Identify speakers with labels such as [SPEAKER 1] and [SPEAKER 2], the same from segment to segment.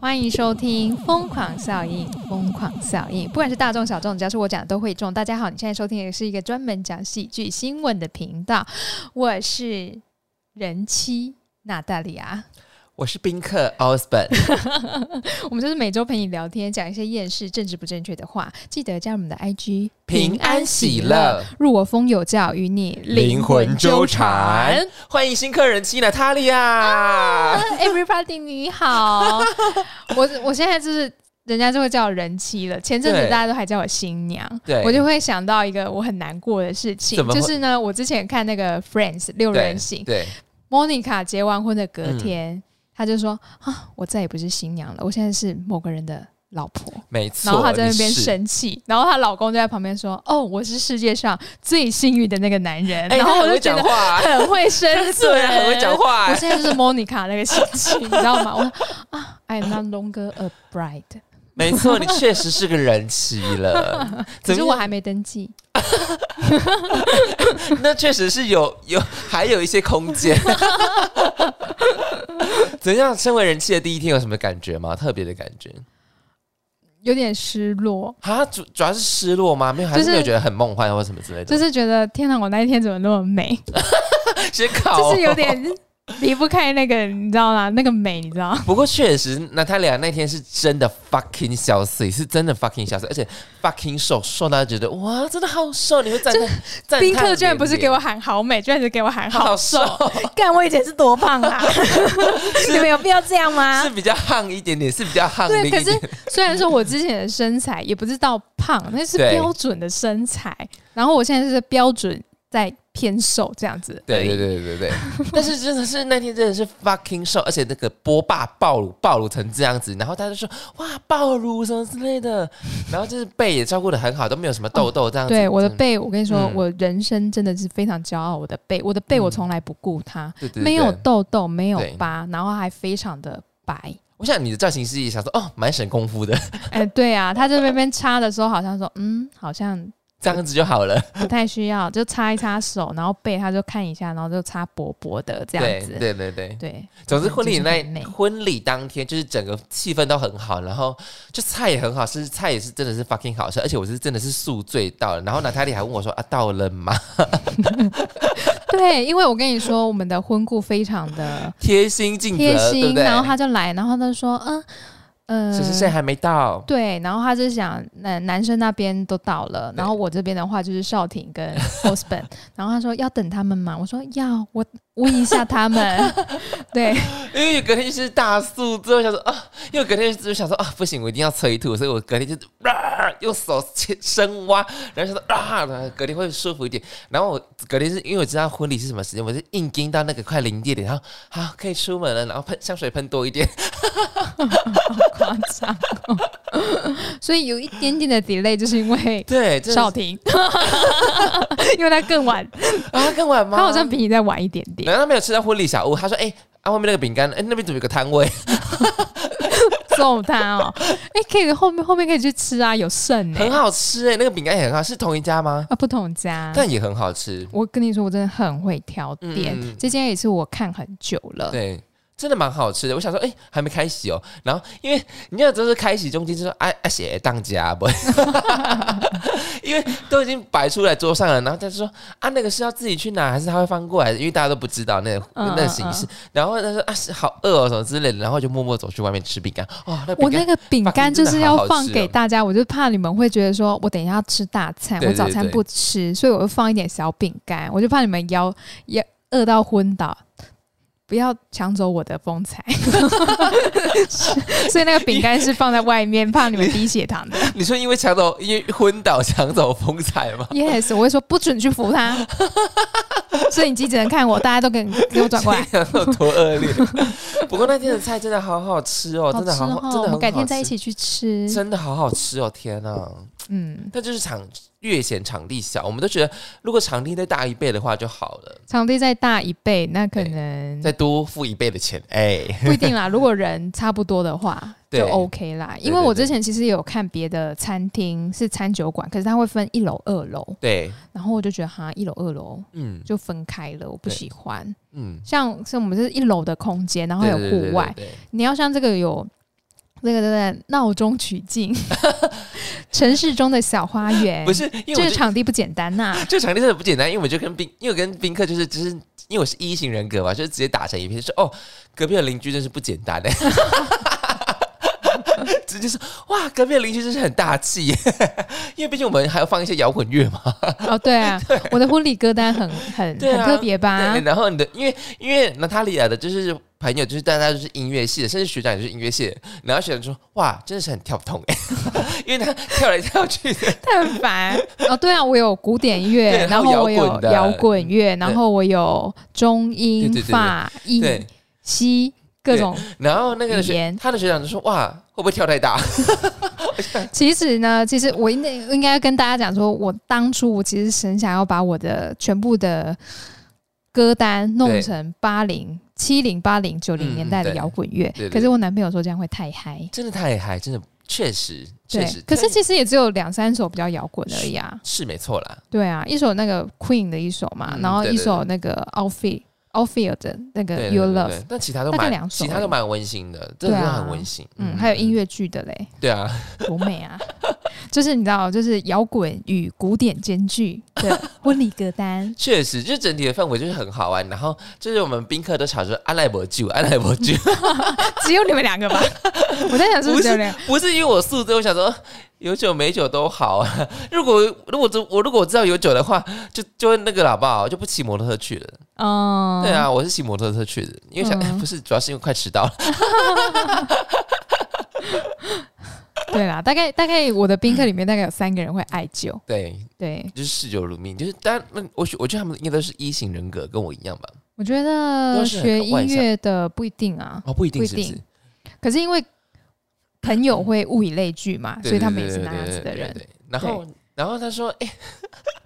[SPEAKER 1] 欢迎收听《疯狂效应》，疯狂效应，不管是大众小众，只要是我讲的都会中。大家好，你现在收听的是一个专门讲喜剧新闻的频道，我是人妻娜大利 亚，
[SPEAKER 2] 我是宾客 Osborn，
[SPEAKER 1] 我们就是每周陪你聊天，讲一些厌世、政治不正确的话。记得加入我们的 IG，
[SPEAKER 2] 平安喜乐，
[SPEAKER 1] 入我风有教，与你灵魂纠缠。，
[SPEAKER 2] 欢迎新客人妻娜塔莉
[SPEAKER 1] 啊
[SPEAKER 2] 亚。
[SPEAKER 1] Everybody，你好， 我我现在就是人家就会叫我人妻了。前阵子
[SPEAKER 2] 对
[SPEAKER 1] 大家都还叫我新娘，
[SPEAKER 2] 对
[SPEAKER 1] 我就会想到一个我很难过的事情
[SPEAKER 2] 怎，么
[SPEAKER 1] 就
[SPEAKER 2] 会
[SPEAKER 1] 是呢，我之前看那个《Friends》六人行
[SPEAKER 2] 对，嗯
[SPEAKER 1] ，Monica 结完婚的隔天，她就说啊，我再也不是新娘了，我现在是某个人的老婆。
[SPEAKER 2] 没错。
[SPEAKER 1] 然后她在那边
[SPEAKER 2] 你是，
[SPEAKER 1] 生气，然后她老公就在旁边说：“哦，我是世界上最幸运的那个男人。
[SPEAKER 2] 哎，
[SPEAKER 1] 然后
[SPEAKER 2] 他
[SPEAKER 1] 我
[SPEAKER 2] 很
[SPEAKER 1] 就
[SPEAKER 2] 会
[SPEAKER 1] 觉
[SPEAKER 2] 讲
[SPEAKER 1] 得
[SPEAKER 2] 话 啊，
[SPEAKER 1] 很会生存，
[SPEAKER 2] 对，很会讲话
[SPEAKER 1] 我
[SPEAKER 2] 啊。
[SPEAKER 1] 现在就是 Monica 那个心情，你知道吗？我 啊，I am not longer a bride，
[SPEAKER 2] 没错，你确实是个人妻 了。
[SPEAKER 1] 可
[SPEAKER 2] 怎
[SPEAKER 1] 是
[SPEAKER 2] 么
[SPEAKER 1] 我
[SPEAKER 2] 样
[SPEAKER 1] 还没登记。
[SPEAKER 2] 那确实是有有还有一些空间。 怎样？身为人妻的第一天有什么感觉吗？特别的感觉？
[SPEAKER 1] 有点失落，
[SPEAKER 2] 啊，主主要是失落吗？没有，还
[SPEAKER 1] 就是
[SPEAKER 2] 是没有觉得很梦幻或什么之类的。
[SPEAKER 1] 就是觉得天哪，我那一天怎么那么美？
[SPEAKER 2] 先考，
[SPEAKER 1] 就是有点离不开那个，你知道吗？那个美，你知道？
[SPEAKER 2] 不过确实，娜塔莉亚那天是真的 fucking 小死，是真的 fucking 小死，而且 fucking 瘦，瘦到觉得哇，真的好瘦，你会赞叹赞叹
[SPEAKER 1] 宾客居然不是给
[SPEAKER 2] 我
[SPEAKER 1] 我喊好美，居然是给我喊好
[SPEAKER 2] 好
[SPEAKER 1] 瘦，
[SPEAKER 2] 瘦，
[SPEAKER 1] 干我以前是多胖啊！ 你们有必要这样吗
[SPEAKER 2] 是？比较胖一点点，是比较胖的
[SPEAKER 1] 啊对，
[SPEAKER 2] 一
[SPEAKER 1] 可
[SPEAKER 2] 点
[SPEAKER 1] 是
[SPEAKER 2] 点。
[SPEAKER 1] 虽然说我之前的身材也不是到胖，那是
[SPEAKER 2] 对
[SPEAKER 1] 标准的身材，然后我现在是标准在偏瘦这样子。
[SPEAKER 2] 对对。对对对对，但是真的是那天真的是 fucking 瘦，而且那个波霸暴乳暴乳成这样子，然后大家就说哇暴乳什么之类的，然后就是背也照顾的很好，都没有什么痘痘这样子。
[SPEAKER 1] 对我的
[SPEAKER 2] 啊真，
[SPEAKER 1] 背，我跟你说，
[SPEAKER 2] 嗯
[SPEAKER 1] 我人生真的是非常骄傲。我的背，我的背，我从来不顾它，
[SPEAKER 2] 对对对
[SPEAKER 1] 没有痘痘，没有
[SPEAKER 2] 对
[SPEAKER 1] 疤，然后还非常的白。
[SPEAKER 2] 我想你的造型师也想说哦，蛮省功夫的，
[SPEAKER 1] 哎，对啊，他在那边擦的时候，好像说，嗯，好像
[SPEAKER 2] 这样子就好了。
[SPEAKER 1] 不太需要，就擦一擦手，然后背他就看一下，然后就擦薄薄的这样
[SPEAKER 2] 对
[SPEAKER 1] 子。
[SPEAKER 2] 对对对。
[SPEAKER 1] 对，
[SPEAKER 2] 总之，婚礼
[SPEAKER 1] 就是很美
[SPEAKER 2] 那婚礼当天就是整个气氛都很好，然后就菜也很好吃，菜也是真的是 fucking 好吃，而且我是真的是宿醉到了，然后娜塔莉还问我说啊到了吗？
[SPEAKER 1] 对，因为我跟你说，我们的婚顾非常的
[SPEAKER 2] 贴心尽
[SPEAKER 1] 贴
[SPEAKER 2] 责，对
[SPEAKER 1] 心，
[SPEAKER 2] 不对？
[SPEAKER 1] 然后他就来，然后他就说，嗯，呃，
[SPEAKER 2] 谁谁谁还没到？
[SPEAKER 1] 对，然后他就想，男男生那边都到了，
[SPEAKER 2] 对
[SPEAKER 1] 然后我这边的话就是少廷跟 Osborn，然后他说要等他们嘛，我说要，我问一下他 们，对，
[SPEAKER 2] 因为隔天就是大宿醉，我想说啊，因为隔天就想说啊不行，我一定要催吐，所以我隔天就是啊用手切深挖，然后想说啊，然后隔天会舒服一点。然后我隔天是因为我知道婚礼是什么时间，我是硬盯到那个快零点点，然后好、可以出门了，然后喷香水喷多一点。
[SPEAKER 1] 好夸张、哦， 所以有一点点的 delay，就是因 为
[SPEAKER 2] 对，真的是
[SPEAKER 1] 少廷， 因为他更晚，
[SPEAKER 2] 啊，更晚吗？
[SPEAKER 1] 他好像比你再晚一点点，
[SPEAKER 2] 难道没有吃到婚礼小屋？他说：“哎、啊，外面那个饼干，哎、那边怎么有个摊位
[SPEAKER 1] 揍他哦，哎、可以后面后面可以去吃啊，有剩呢、
[SPEAKER 2] 很好吃、哎，那个饼干也很好，是同一家吗？
[SPEAKER 1] 啊，不同家。
[SPEAKER 2] 但也很好吃，
[SPEAKER 1] 我跟你说，我真的很会挑店，
[SPEAKER 2] 嗯
[SPEAKER 1] 这间也是我看很久了。
[SPEAKER 2] 对。”真的蛮好吃的，我想说，哎、还没开洗哦。然后，因为你知道，就是开洗中间就说，哎、啊，写当家不， 因为都已经摆出来桌上了。然后他就说，啊，那个是要自己去拿，还是他会翻过来？因为大家都不知道那个、那
[SPEAKER 1] 嗯嗯
[SPEAKER 2] 个形式。然后他说，啊，是好饿哦，什么之类的。然后就默默走去外面吃饼干。哦，那饼
[SPEAKER 1] 我那
[SPEAKER 2] 干
[SPEAKER 1] 个饼干就是要放
[SPEAKER 2] 哦
[SPEAKER 1] 给大家，我就怕你们会觉得说我等一下要吃大餐，
[SPEAKER 2] 对对
[SPEAKER 1] 我早餐不吃，所以我就放一点小饼干，我就怕你们腰也饿到昏倒。不要抢走我的风 采， 是所以那个饼干是放在外面，怕你们低血糖 的。
[SPEAKER 2] 你说因为抢走，因为昏倒抢走风采吗？
[SPEAKER 1] Yes，我会说不准去扶 他，摄影机只能看我，大家都给给我转过 来。
[SPEAKER 2] 有多恶 劣？不过那天的菜真的好好吃哦，真的好
[SPEAKER 1] 好
[SPEAKER 2] 好，
[SPEAKER 1] 吃
[SPEAKER 2] 真
[SPEAKER 1] 哦我
[SPEAKER 2] 的很
[SPEAKER 1] 们
[SPEAKER 2] 好吃
[SPEAKER 1] 改天在一，起去吃。
[SPEAKER 2] 真的好好吃哦！天啊，
[SPEAKER 1] 嗯，
[SPEAKER 2] 那就是场越显场地小，我们都觉得如果场地再大一倍的话就好了，
[SPEAKER 1] 场地再大一倍，那可
[SPEAKER 2] 对
[SPEAKER 1] 能
[SPEAKER 2] 再多付一倍的钱，哎，
[SPEAKER 1] 不一定啦，如果人差不多的话
[SPEAKER 2] 对
[SPEAKER 1] 就 OK 啦。因为我之前其实也有看别的餐厅是餐酒馆，可是它会分一楼、二楼，
[SPEAKER 2] 对，
[SPEAKER 1] 然后我就觉得哈，一楼、二楼
[SPEAKER 2] 嗯
[SPEAKER 1] 就分开了，我不
[SPEAKER 2] 对
[SPEAKER 1] 喜欢。
[SPEAKER 2] 嗯，
[SPEAKER 1] 像像我们这是一楼的空间，然后还
[SPEAKER 2] 对
[SPEAKER 1] 有
[SPEAKER 2] 对对
[SPEAKER 1] 户
[SPEAKER 2] 对
[SPEAKER 1] 外，
[SPEAKER 2] 对对
[SPEAKER 1] 你要像这个有那个叫做闹中取静， 城市中的小花园。
[SPEAKER 2] 不是，
[SPEAKER 1] 哎这
[SPEAKER 2] 因为我
[SPEAKER 1] 个
[SPEAKER 2] 就
[SPEAKER 1] 场地不简单 呐、
[SPEAKER 2] 这场地真的不简单，因为我就跟宾，因为我跟宾客就是就是因为我是一型人格嘛，就是直接打成一片，说哦，隔壁的邻居真是不简 单的。哎直接说哇，隔壁的邻居真是很大气， 因为毕竟我们还要放一些摇滚乐嘛。
[SPEAKER 1] 哦，对 啊，我的婚礼歌单很很、
[SPEAKER 2] 对啊
[SPEAKER 1] 很特别吧
[SPEAKER 2] 对，？然后你的因为因为娜塔莉亚的就是朋友，就是大家就是音乐系的，甚至学长也是音乐系的。然后学长就说哇，真的是很跳不通哎、 因为他跳来跳 去的，
[SPEAKER 1] 太烦哦，对啊，我有古典乐，
[SPEAKER 2] 对
[SPEAKER 1] 然后我
[SPEAKER 2] 还有摇
[SPEAKER 1] 有
[SPEAKER 2] 滚的
[SPEAKER 1] 摇滚乐，然后我有中
[SPEAKER 2] 对
[SPEAKER 1] 英
[SPEAKER 2] 对对对
[SPEAKER 1] 法意
[SPEAKER 2] 对。
[SPEAKER 1] 西各种。
[SPEAKER 2] 然后那个
[SPEAKER 1] 语
[SPEAKER 2] 学
[SPEAKER 1] 言
[SPEAKER 2] 他的学长就说哇，会不会跳太大？
[SPEAKER 1] 其实呢，其实我应该应该跟大家讲说，我当初我其实很想要把我的全部的歌单弄
[SPEAKER 2] 对
[SPEAKER 1] 成八零、七零、八零、九零
[SPEAKER 2] 嗯
[SPEAKER 1] 年代的
[SPEAKER 2] 对
[SPEAKER 1] 摇滚乐
[SPEAKER 2] 对对，
[SPEAKER 1] 可是我男朋友说这样会太嗨。
[SPEAKER 2] 真的太嗨，真的确实确
[SPEAKER 1] 对
[SPEAKER 2] 实，，
[SPEAKER 1] 可是其实也只有两三首比较摇滚而已啊。
[SPEAKER 2] 是没错啦。
[SPEAKER 1] 对啊，一首那个 Queen 的一首嘛，
[SPEAKER 2] 嗯
[SPEAKER 1] 然后
[SPEAKER 2] 对
[SPEAKER 1] 一
[SPEAKER 2] 对
[SPEAKER 1] 首那个 Outfield Outfield 的那
[SPEAKER 2] 对
[SPEAKER 1] 个
[SPEAKER 2] 对
[SPEAKER 1] Your
[SPEAKER 2] 对
[SPEAKER 1] Love，
[SPEAKER 2] 对，但其他都
[SPEAKER 1] 大概
[SPEAKER 2] 蛮
[SPEAKER 1] 两首
[SPEAKER 2] 其他
[SPEAKER 1] 而
[SPEAKER 2] 都
[SPEAKER 1] 已
[SPEAKER 2] 蛮温馨的，
[SPEAKER 1] 对
[SPEAKER 2] 真的
[SPEAKER 1] 啊
[SPEAKER 2] 都很温馨。
[SPEAKER 1] 嗯，还有音，乐剧的嘞，
[SPEAKER 2] 对啊，
[SPEAKER 1] 多美啊！ 就是你知道，就是摇滚与古典兼具 的婚礼歌单。
[SPEAKER 2] 确实，就整体的氛围就是很好玩。然后就是我们宾客都吵着安奈伯酒，安奈伯酒，
[SPEAKER 1] 只有你们两 个吧？我在想是不
[SPEAKER 2] 不
[SPEAKER 1] 是只有
[SPEAKER 2] 是
[SPEAKER 1] 两个？
[SPEAKER 2] 不是因为我素质，我想说呃有酒没酒都好啊。 如果如果我我如果我知道有酒的话，就就那个了好不好？就不骑摩托车去了。
[SPEAKER 1] 嗯，
[SPEAKER 2] 对，啊，我是骑摩托车去的，因为想、
[SPEAKER 1] 嗯
[SPEAKER 2] 不是，主要是因为快迟到 了。
[SPEAKER 1] 对啦，大概大概我的宾客里面大概有三个人会爱酒，
[SPEAKER 2] 对，
[SPEAKER 1] 对
[SPEAKER 2] 就是嗜酒如命，就是当然，那我觉我觉得他们应该都是一型人格，跟我一样吧？
[SPEAKER 1] 我觉
[SPEAKER 2] 都
[SPEAKER 1] 得
[SPEAKER 2] 是很
[SPEAKER 1] 学
[SPEAKER 2] 外
[SPEAKER 1] 音
[SPEAKER 2] 向
[SPEAKER 1] 乐的不一定啊，
[SPEAKER 2] 哦，不一定
[SPEAKER 1] 不一
[SPEAKER 2] 是不是
[SPEAKER 1] 定？可是因为朋友会物以类聚嘛，所以他们也是那样子的人
[SPEAKER 2] 对。对对对对对然后，然后他说，哎、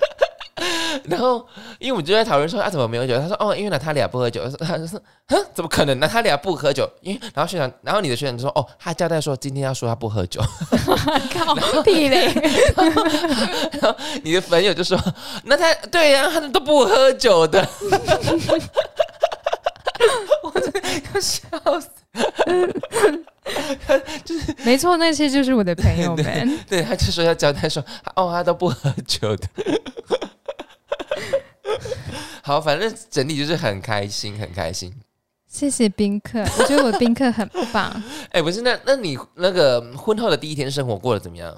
[SPEAKER 2] 然后因为我们就在讨论说，啊，怎么没有酒？他说，哦，因为娜塔莉亚不喝酒。我说他就说，哼，怎么可能？娜塔莉亚不喝酒？因为然后学长，然后你的学长就说，哦，他交代说今天要说他不喝酒。
[SPEAKER 1] 靠屁嘞！
[SPEAKER 2] 你的朋友就说， 那他对呀、他们都不喝酒的。我真的要笑死！
[SPEAKER 1] 没错，那些就是我的朋友们。
[SPEAKER 2] 对，他就说要交代说，哦，他都不喝酒的。 好，反正整体就是很开心，很开心。
[SPEAKER 1] 谢谢宾客，我觉得我的宾客很棒。
[SPEAKER 2] 哎、不是，那那你那个婚后的第一天生活过得怎么样？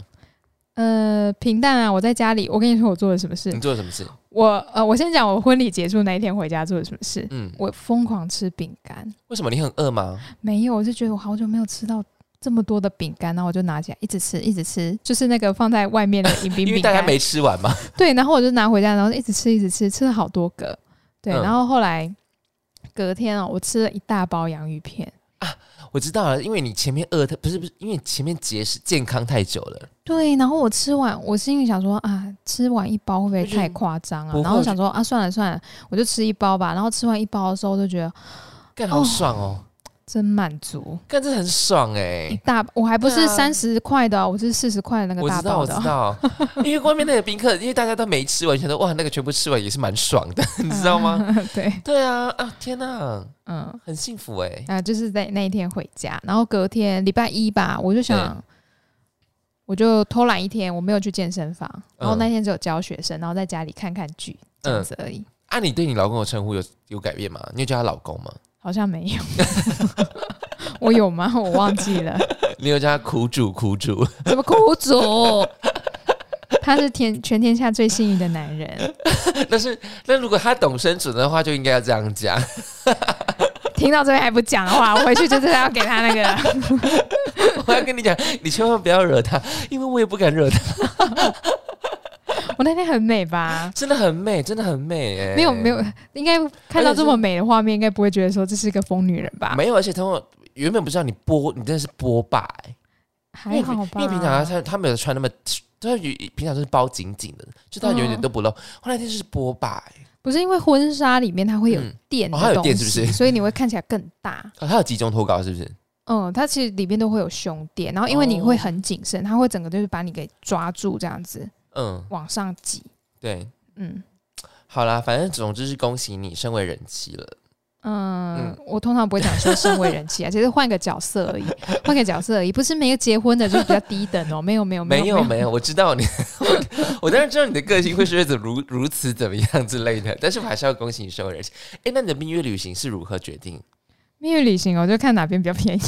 [SPEAKER 1] 呃，平淡啊，我在家里，我跟你说我做了什么事
[SPEAKER 2] 你。做了什么事？
[SPEAKER 1] 我呃，我先讲我婚礼结束那一天回家做了什么事。
[SPEAKER 2] 嗯，
[SPEAKER 1] 我疯狂吃饼干，
[SPEAKER 2] 为什么你很饿吗？
[SPEAKER 1] 没有，我就觉得我好久没有吃到。这么多的饼干，然后我就拿起来一直吃，一直吃，就是那个放在外面的饮
[SPEAKER 2] 因
[SPEAKER 1] 冰
[SPEAKER 2] 为
[SPEAKER 1] 饼
[SPEAKER 2] 大家
[SPEAKER 1] 干。
[SPEAKER 2] 没吃完嘛。
[SPEAKER 1] 对，然后我就拿回家，然后一直吃，一直吃，吃了好多个。对，
[SPEAKER 2] 嗯
[SPEAKER 1] 然后后来隔天哦，我吃了一大包洋芋片。
[SPEAKER 2] 我知道了，因为你前面饿太不是不是，因为你前面节食健康太久了。
[SPEAKER 1] 对，然后我吃完，我心里想说啊，吃完一包会不会
[SPEAKER 2] 不是
[SPEAKER 1] 太夸张啊
[SPEAKER 2] 不？会
[SPEAKER 1] 然后想说啊，算了算了，我就吃一包吧。然后吃完一包的时候，就觉得
[SPEAKER 2] 干好爽哦，
[SPEAKER 1] 真满足，
[SPEAKER 2] 干这很爽哎、
[SPEAKER 1] 一大我还不
[SPEAKER 2] 对
[SPEAKER 1] 是
[SPEAKER 2] 啊
[SPEAKER 1] 三十块的哦、我是四十块的那个
[SPEAKER 2] 我
[SPEAKER 1] 大
[SPEAKER 2] 知道，
[SPEAKER 1] 包
[SPEAKER 2] 我
[SPEAKER 1] 的
[SPEAKER 2] 知
[SPEAKER 1] 哦。
[SPEAKER 2] 道， 因为外面那个宾客，因为大家都没吃完，想说哇，那个全部吃完也是蛮爽的，你知道吗？
[SPEAKER 1] 对，
[SPEAKER 2] 对啊，啊天哪，
[SPEAKER 1] 嗯。
[SPEAKER 2] 很幸福哎、
[SPEAKER 1] 啊，就是在那一天回家，然后隔天礼拜一吧，我就想，我就偷懒一天，我没有去健身房，然后
[SPEAKER 2] 嗯
[SPEAKER 1] 那天只有教学生，然后在家里看看剧这样子而已，
[SPEAKER 2] 啊，你对你老公的称呼有有改变吗？你有叫他老公吗？
[SPEAKER 1] 好像没有。 我有吗？我忘记了，
[SPEAKER 2] 你有叫他苦主苦主？
[SPEAKER 1] 什么苦主？他是天全天下最幸运的男人，
[SPEAKER 2] 但是，那如果他懂生存的话，就应该要这 样讲。
[SPEAKER 1] 听到这边还不讲的话，我回去就是要给他那个。
[SPEAKER 2] 我要跟你讲，你千万不要惹他，因为我也不敢惹他。
[SPEAKER 1] 我那天很美吧？
[SPEAKER 2] 真的很美，真的很美、哎，
[SPEAKER 1] 没有没有，应该看到这么美的画面，应该不会觉得说这是一个疯女人吧？
[SPEAKER 2] 没有，而且他们原本不知道你波，你真的是波霸、哎因
[SPEAKER 1] 还
[SPEAKER 2] 为
[SPEAKER 1] 好吧？
[SPEAKER 2] 因为平常他他没有穿那么，他平常都是包紧紧的，就他永远
[SPEAKER 1] 嗯
[SPEAKER 2] 都不露。后来那天是波霸、哎
[SPEAKER 1] 不是因为婚纱里面它会有
[SPEAKER 2] 嗯
[SPEAKER 1] 垫
[SPEAKER 2] 哦它
[SPEAKER 1] 的
[SPEAKER 2] 有
[SPEAKER 1] 东西，
[SPEAKER 2] 垫是不是
[SPEAKER 1] 所以你会看起来更大。
[SPEAKER 2] 哦，他有集中脱稿是不是？
[SPEAKER 1] 嗯，它其实里面都会有胸垫，然后因为你会很谨慎，它会整个就是把你给抓住，这样子
[SPEAKER 2] 嗯，
[SPEAKER 1] 往上挤。
[SPEAKER 2] 对，
[SPEAKER 1] 嗯，
[SPEAKER 2] 好啦，反正总之是恭喜你升为人妻了。
[SPEAKER 1] 嗯，我通常不会讲说身为人妻啊，只 是换个角色而已，换个角色而已，不是没有结婚的就是比较低等 哦，没有没有
[SPEAKER 2] 没
[SPEAKER 1] 有
[SPEAKER 2] 有没有，我知道你，我我当然知道你的个性会是怎如如此怎么样之类的，但是我还是要恭喜你收人。哎，那你的蜜月旅行是如何决定？
[SPEAKER 1] 蜜月旅行哦，我就看哪边比较便宜，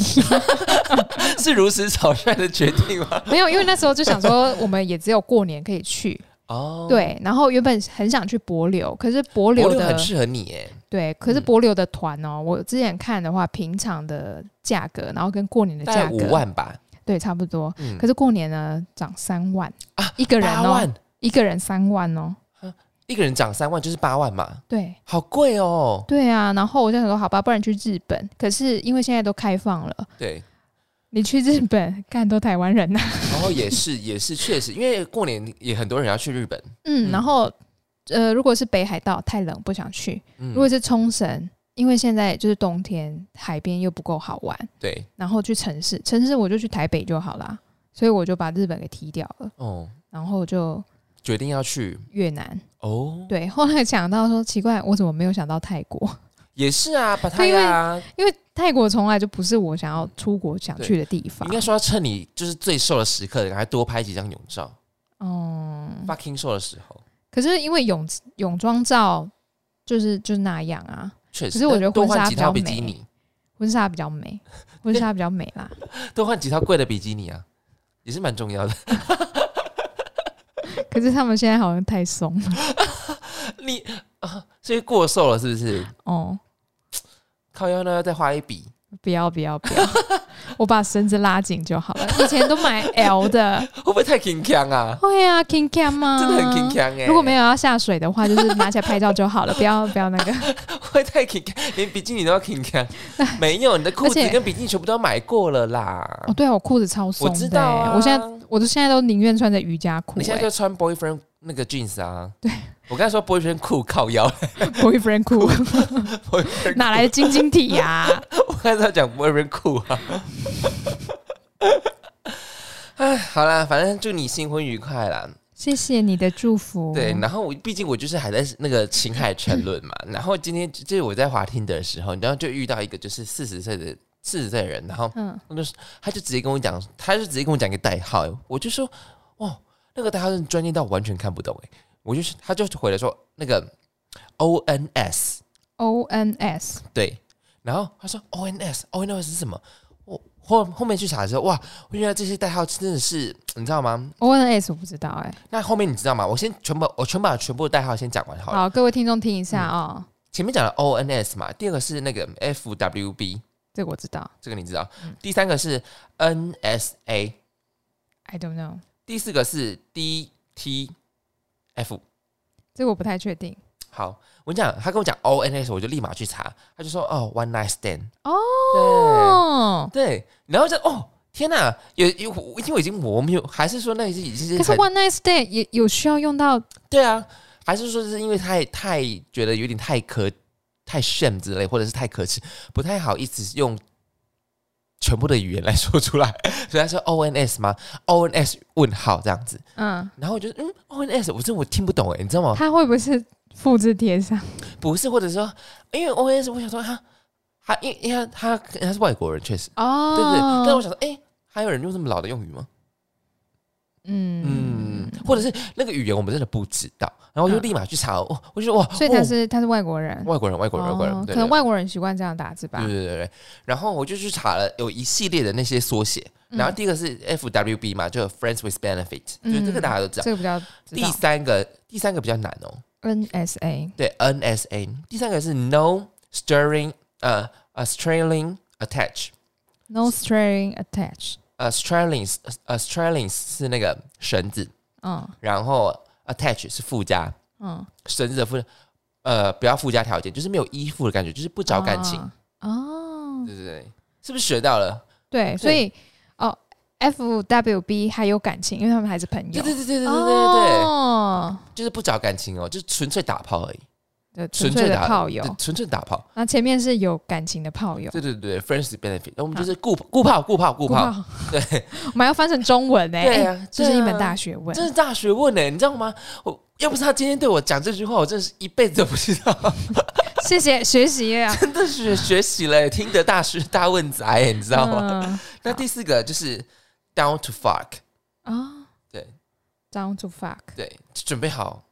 [SPEAKER 2] 是如此草率的决定 吗？
[SPEAKER 1] 没有，因为那时候就想说我们也只有过年可以去，
[SPEAKER 2] 哦，，
[SPEAKER 1] 对，然后原本很想去帛流，可是帛流
[SPEAKER 2] 流
[SPEAKER 1] 的
[SPEAKER 2] 很适合你哎，
[SPEAKER 1] 对，可是
[SPEAKER 2] 嗯
[SPEAKER 1] 帛流的团哦，我之前看的话，平常的价格，然后跟过年的
[SPEAKER 2] 大概
[SPEAKER 1] 价
[SPEAKER 2] 五
[SPEAKER 1] 格，
[SPEAKER 2] 万吧，
[SPEAKER 1] 对，差不多。
[SPEAKER 2] 嗯
[SPEAKER 1] 可，是过年呢，涨三万
[SPEAKER 2] 啊
[SPEAKER 1] 一个人
[SPEAKER 2] 八
[SPEAKER 1] 哦，
[SPEAKER 2] 万，
[SPEAKER 1] 一个人三万哦，
[SPEAKER 2] 一个人涨三万就是八万嘛，
[SPEAKER 1] 对。
[SPEAKER 2] 好贵哦。
[SPEAKER 1] 对啊，然后我就想说，好吧，不然去日本。可是因为现在都开放了，
[SPEAKER 2] 对，
[SPEAKER 1] 你去日本干都台湾人呐、
[SPEAKER 2] 然后也是也是确实，因为过年也很多人要去日本，
[SPEAKER 1] 嗯，
[SPEAKER 2] 嗯
[SPEAKER 1] 然后呃，如果是北海道太冷不想去，
[SPEAKER 2] 嗯
[SPEAKER 1] 如，果是冲绳，因为现在就是冬天，海边又不够好玩，
[SPEAKER 2] 对，
[SPEAKER 1] 然后去城市，城市我就去台北就好啦。所以我就把日本给踢掉了，
[SPEAKER 2] 哦，
[SPEAKER 1] 然后就
[SPEAKER 2] 决定要去
[SPEAKER 1] 越南。
[SPEAKER 2] 哦，
[SPEAKER 1] 对，后来想到说奇怪，我怎么没有想到泰国？
[SPEAKER 2] 也是啊，把它
[SPEAKER 1] 对因为
[SPEAKER 2] 呀，
[SPEAKER 1] 因为泰国从来就不是我想要出国想去的地方
[SPEAKER 2] 应。该说要趁你就是最瘦的时刻，然后多拍几张泳照。
[SPEAKER 1] 嗯，
[SPEAKER 2] fucking 瘦的时候，
[SPEAKER 1] 可是因为泳泳装照就是就是那样啊，
[SPEAKER 2] 确实。
[SPEAKER 1] 可是我觉得
[SPEAKER 2] 多
[SPEAKER 1] 婚
[SPEAKER 2] 换
[SPEAKER 1] 纱
[SPEAKER 2] 几
[SPEAKER 1] 比较
[SPEAKER 2] 套比
[SPEAKER 1] 美
[SPEAKER 2] 基尼，
[SPEAKER 1] 婚纱比较 美，婚纱比较美啦。
[SPEAKER 2] 多换几套贵的比基尼啊，也是蛮重要的。
[SPEAKER 1] 可是他们现在好像太松了
[SPEAKER 2] 你啊，所以过瘦了是不是？
[SPEAKER 1] 哦，
[SPEAKER 2] 靠腰呢要再花一笔，
[SPEAKER 1] 不要不要 不要，我把绳子拉紧就好了。以前都买 L 的，
[SPEAKER 2] 会不会太 king 强啊？
[SPEAKER 1] 会啊，King Cam 啊，
[SPEAKER 2] 真的很 king 强哎、
[SPEAKER 1] 如果没有要下水的话，就是拿起来拍照就好了，不要不要那个。
[SPEAKER 2] 会不会太 king，强连比基尼都要 king 强， 没有你的裤
[SPEAKER 1] 而
[SPEAKER 2] 子
[SPEAKER 1] 且
[SPEAKER 2] 跟比基尼全部都要买过了啦
[SPEAKER 1] 哦，。对啊，我裤子超松
[SPEAKER 2] 我
[SPEAKER 1] 的欸、
[SPEAKER 2] 知道啊，
[SPEAKER 1] 我现在我都现在都宁愿穿着瑜伽裤、
[SPEAKER 2] 你现在
[SPEAKER 1] 欸
[SPEAKER 2] 就穿 boyfriend 那个 jeans 啊。对，我刚才说 boyfriend 裤靠腰
[SPEAKER 1] ，boyfriend 裤，
[SPEAKER 2] ，boyfriend
[SPEAKER 1] 哪来的晶晶体呀、
[SPEAKER 2] 我刚才在讲 boyfriend 酷啊。哎，好啦，反正祝你新婚愉快啦。
[SPEAKER 1] 谢谢你的祝福。
[SPEAKER 2] 对，然后我毕竟我就是还在那个情海沉沦嘛。 然后今天就是我在滑听的时候，然后就遇到一个就是四十岁的四十岁的人，然后
[SPEAKER 1] 嗯，
[SPEAKER 2] 他就是他就直接跟我讲，他就直接跟我讲一个代号，我就说哦，那个代号是专业到完全看不懂哎。我就是他就回来说那个 O N S，
[SPEAKER 1] O N S，
[SPEAKER 2] 对，然后他说 O N S O N S 是什么？我后后面去查的时候，哇，原来这些代号真的是你知道吗？
[SPEAKER 1] O N S 我不知道哎、
[SPEAKER 2] 那后面你知道吗？我先全部我全把全部代号先讲完好了。嗯
[SPEAKER 1] 好，各位听众听一下哦，
[SPEAKER 2] 前面讲了 O N S 嘛，第二个是那个 F W B，
[SPEAKER 1] 这个我知道
[SPEAKER 2] 这个你知道。第三个是 N S A，
[SPEAKER 1] ，I don't know，
[SPEAKER 2] 第四个是 D T F。
[SPEAKER 1] 这个我不太确定。
[SPEAKER 2] 好，我讲他跟我讲 O N S，我就立马去查，他就说哦，one night stand。对。
[SPEAKER 1] 哦，
[SPEAKER 2] 对，然后就哦，天哪，有有，我因为我已经磨没有，还是说那已经已经是
[SPEAKER 1] 可是
[SPEAKER 2] 很
[SPEAKER 1] One Night Stay 也有需要用到
[SPEAKER 2] 对啊，还是说是因为太太觉得有点太可太 shame 之类，或者是太可耻，不太好意思用全部的语言来说出来， 所以他说 O N S 吗？O N S 问号这样子，
[SPEAKER 1] 嗯，
[SPEAKER 2] 然后我就嗯 O N S，我真的我听不懂哎，你知道吗？
[SPEAKER 1] 它会不会是复制贴上？
[SPEAKER 2] 不是，或者说因为 O N S，我想说他他因因为他他他是外国人，确实
[SPEAKER 1] 哦，
[SPEAKER 2] 对对，但是我想说哎。还有人用这么老的用语吗？
[SPEAKER 1] 嗯
[SPEAKER 2] 嗯，或者是那个语言我们真的不知道，然后我就
[SPEAKER 1] 嗯
[SPEAKER 2] 立马去查，哦，我就说哇，
[SPEAKER 1] 所以他
[SPEAKER 2] 哦
[SPEAKER 1] 是、他是外国人，
[SPEAKER 2] 外国人，外国人，外国人，
[SPEAKER 1] 哦
[SPEAKER 2] 对
[SPEAKER 1] 可能
[SPEAKER 2] 对
[SPEAKER 1] 外国人习惯这样打字吧
[SPEAKER 2] 对。对对对。然后我就去查了有一系列的那些缩写，然后第一个是 FWB 嘛，就 Friends with Benefit，、就是这
[SPEAKER 1] 嗯
[SPEAKER 2] 个
[SPEAKER 1] 嗯
[SPEAKER 2] 大家都知道。
[SPEAKER 1] 这个比较知
[SPEAKER 2] 第
[SPEAKER 1] 道。
[SPEAKER 2] 三个，第三个比较难哦，
[SPEAKER 1] NSA
[SPEAKER 2] 对 NSA。第三个是 No Stirring，呃呃 Strailing Attach，
[SPEAKER 1] No String Attached，
[SPEAKER 2] 呃 Strailing 呃 Strailing 是那个绳子，
[SPEAKER 1] 嗯
[SPEAKER 2] 然后 Attach 是附加，
[SPEAKER 1] 嗯，
[SPEAKER 2] 绳子的附呃不要附加条件，就是没有依附的感觉，就是不找感情，
[SPEAKER 1] 啊哦，
[SPEAKER 2] 对对对，是不是学到了？
[SPEAKER 1] 对，所以哦，FWB 还有感情，因为他们还是朋友。
[SPEAKER 2] 对对对对对对对对，
[SPEAKER 1] 哦，
[SPEAKER 2] 就是不找感情哦，就是纯粹打炮而已，
[SPEAKER 1] 对，纯
[SPEAKER 2] 纯
[SPEAKER 1] 粹
[SPEAKER 2] 粹
[SPEAKER 1] 的
[SPEAKER 2] 打
[SPEAKER 1] 炮
[SPEAKER 2] 对
[SPEAKER 1] 友，
[SPEAKER 2] 纯粹打炮。
[SPEAKER 1] 那前面是有感情的炮友。
[SPEAKER 2] 对对对，friends benefit，我们就是顾顾炮顾炮顾
[SPEAKER 1] 顾
[SPEAKER 2] 炮，
[SPEAKER 1] 炮，
[SPEAKER 2] 对
[SPEAKER 1] 我们还要翻成中文呢。
[SPEAKER 2] 对
[SPEAKER 1] 哎
[SPEAKER 2] 啊，
[SPEAKER 1] 这是
[SPEAKER 2] 对
[SPEAKER 1] 一
[SPEAKER 2] 啊
[SPEAKER 1] 门大学问
[SPEAKER 2] 欸这。是大学问呢，你知道吗？我要不是他今天对我讲这句话，我真的是一辈子都不知 道。
[SPEAKER 1] 谢谢学习啊，
[SPEAKER 2] 真的是学习了，听得大师大问仔，你知道吗？
[SPEAKER 1] 嗯
[SPEAKER 2] 那第四个就是 down to fuck，
[SPEAKER 1] 啊，
[SPEAKER 2] 对
[SPEAKER 1] ，down to fuck，
[SPEAKER 2] 对，准备好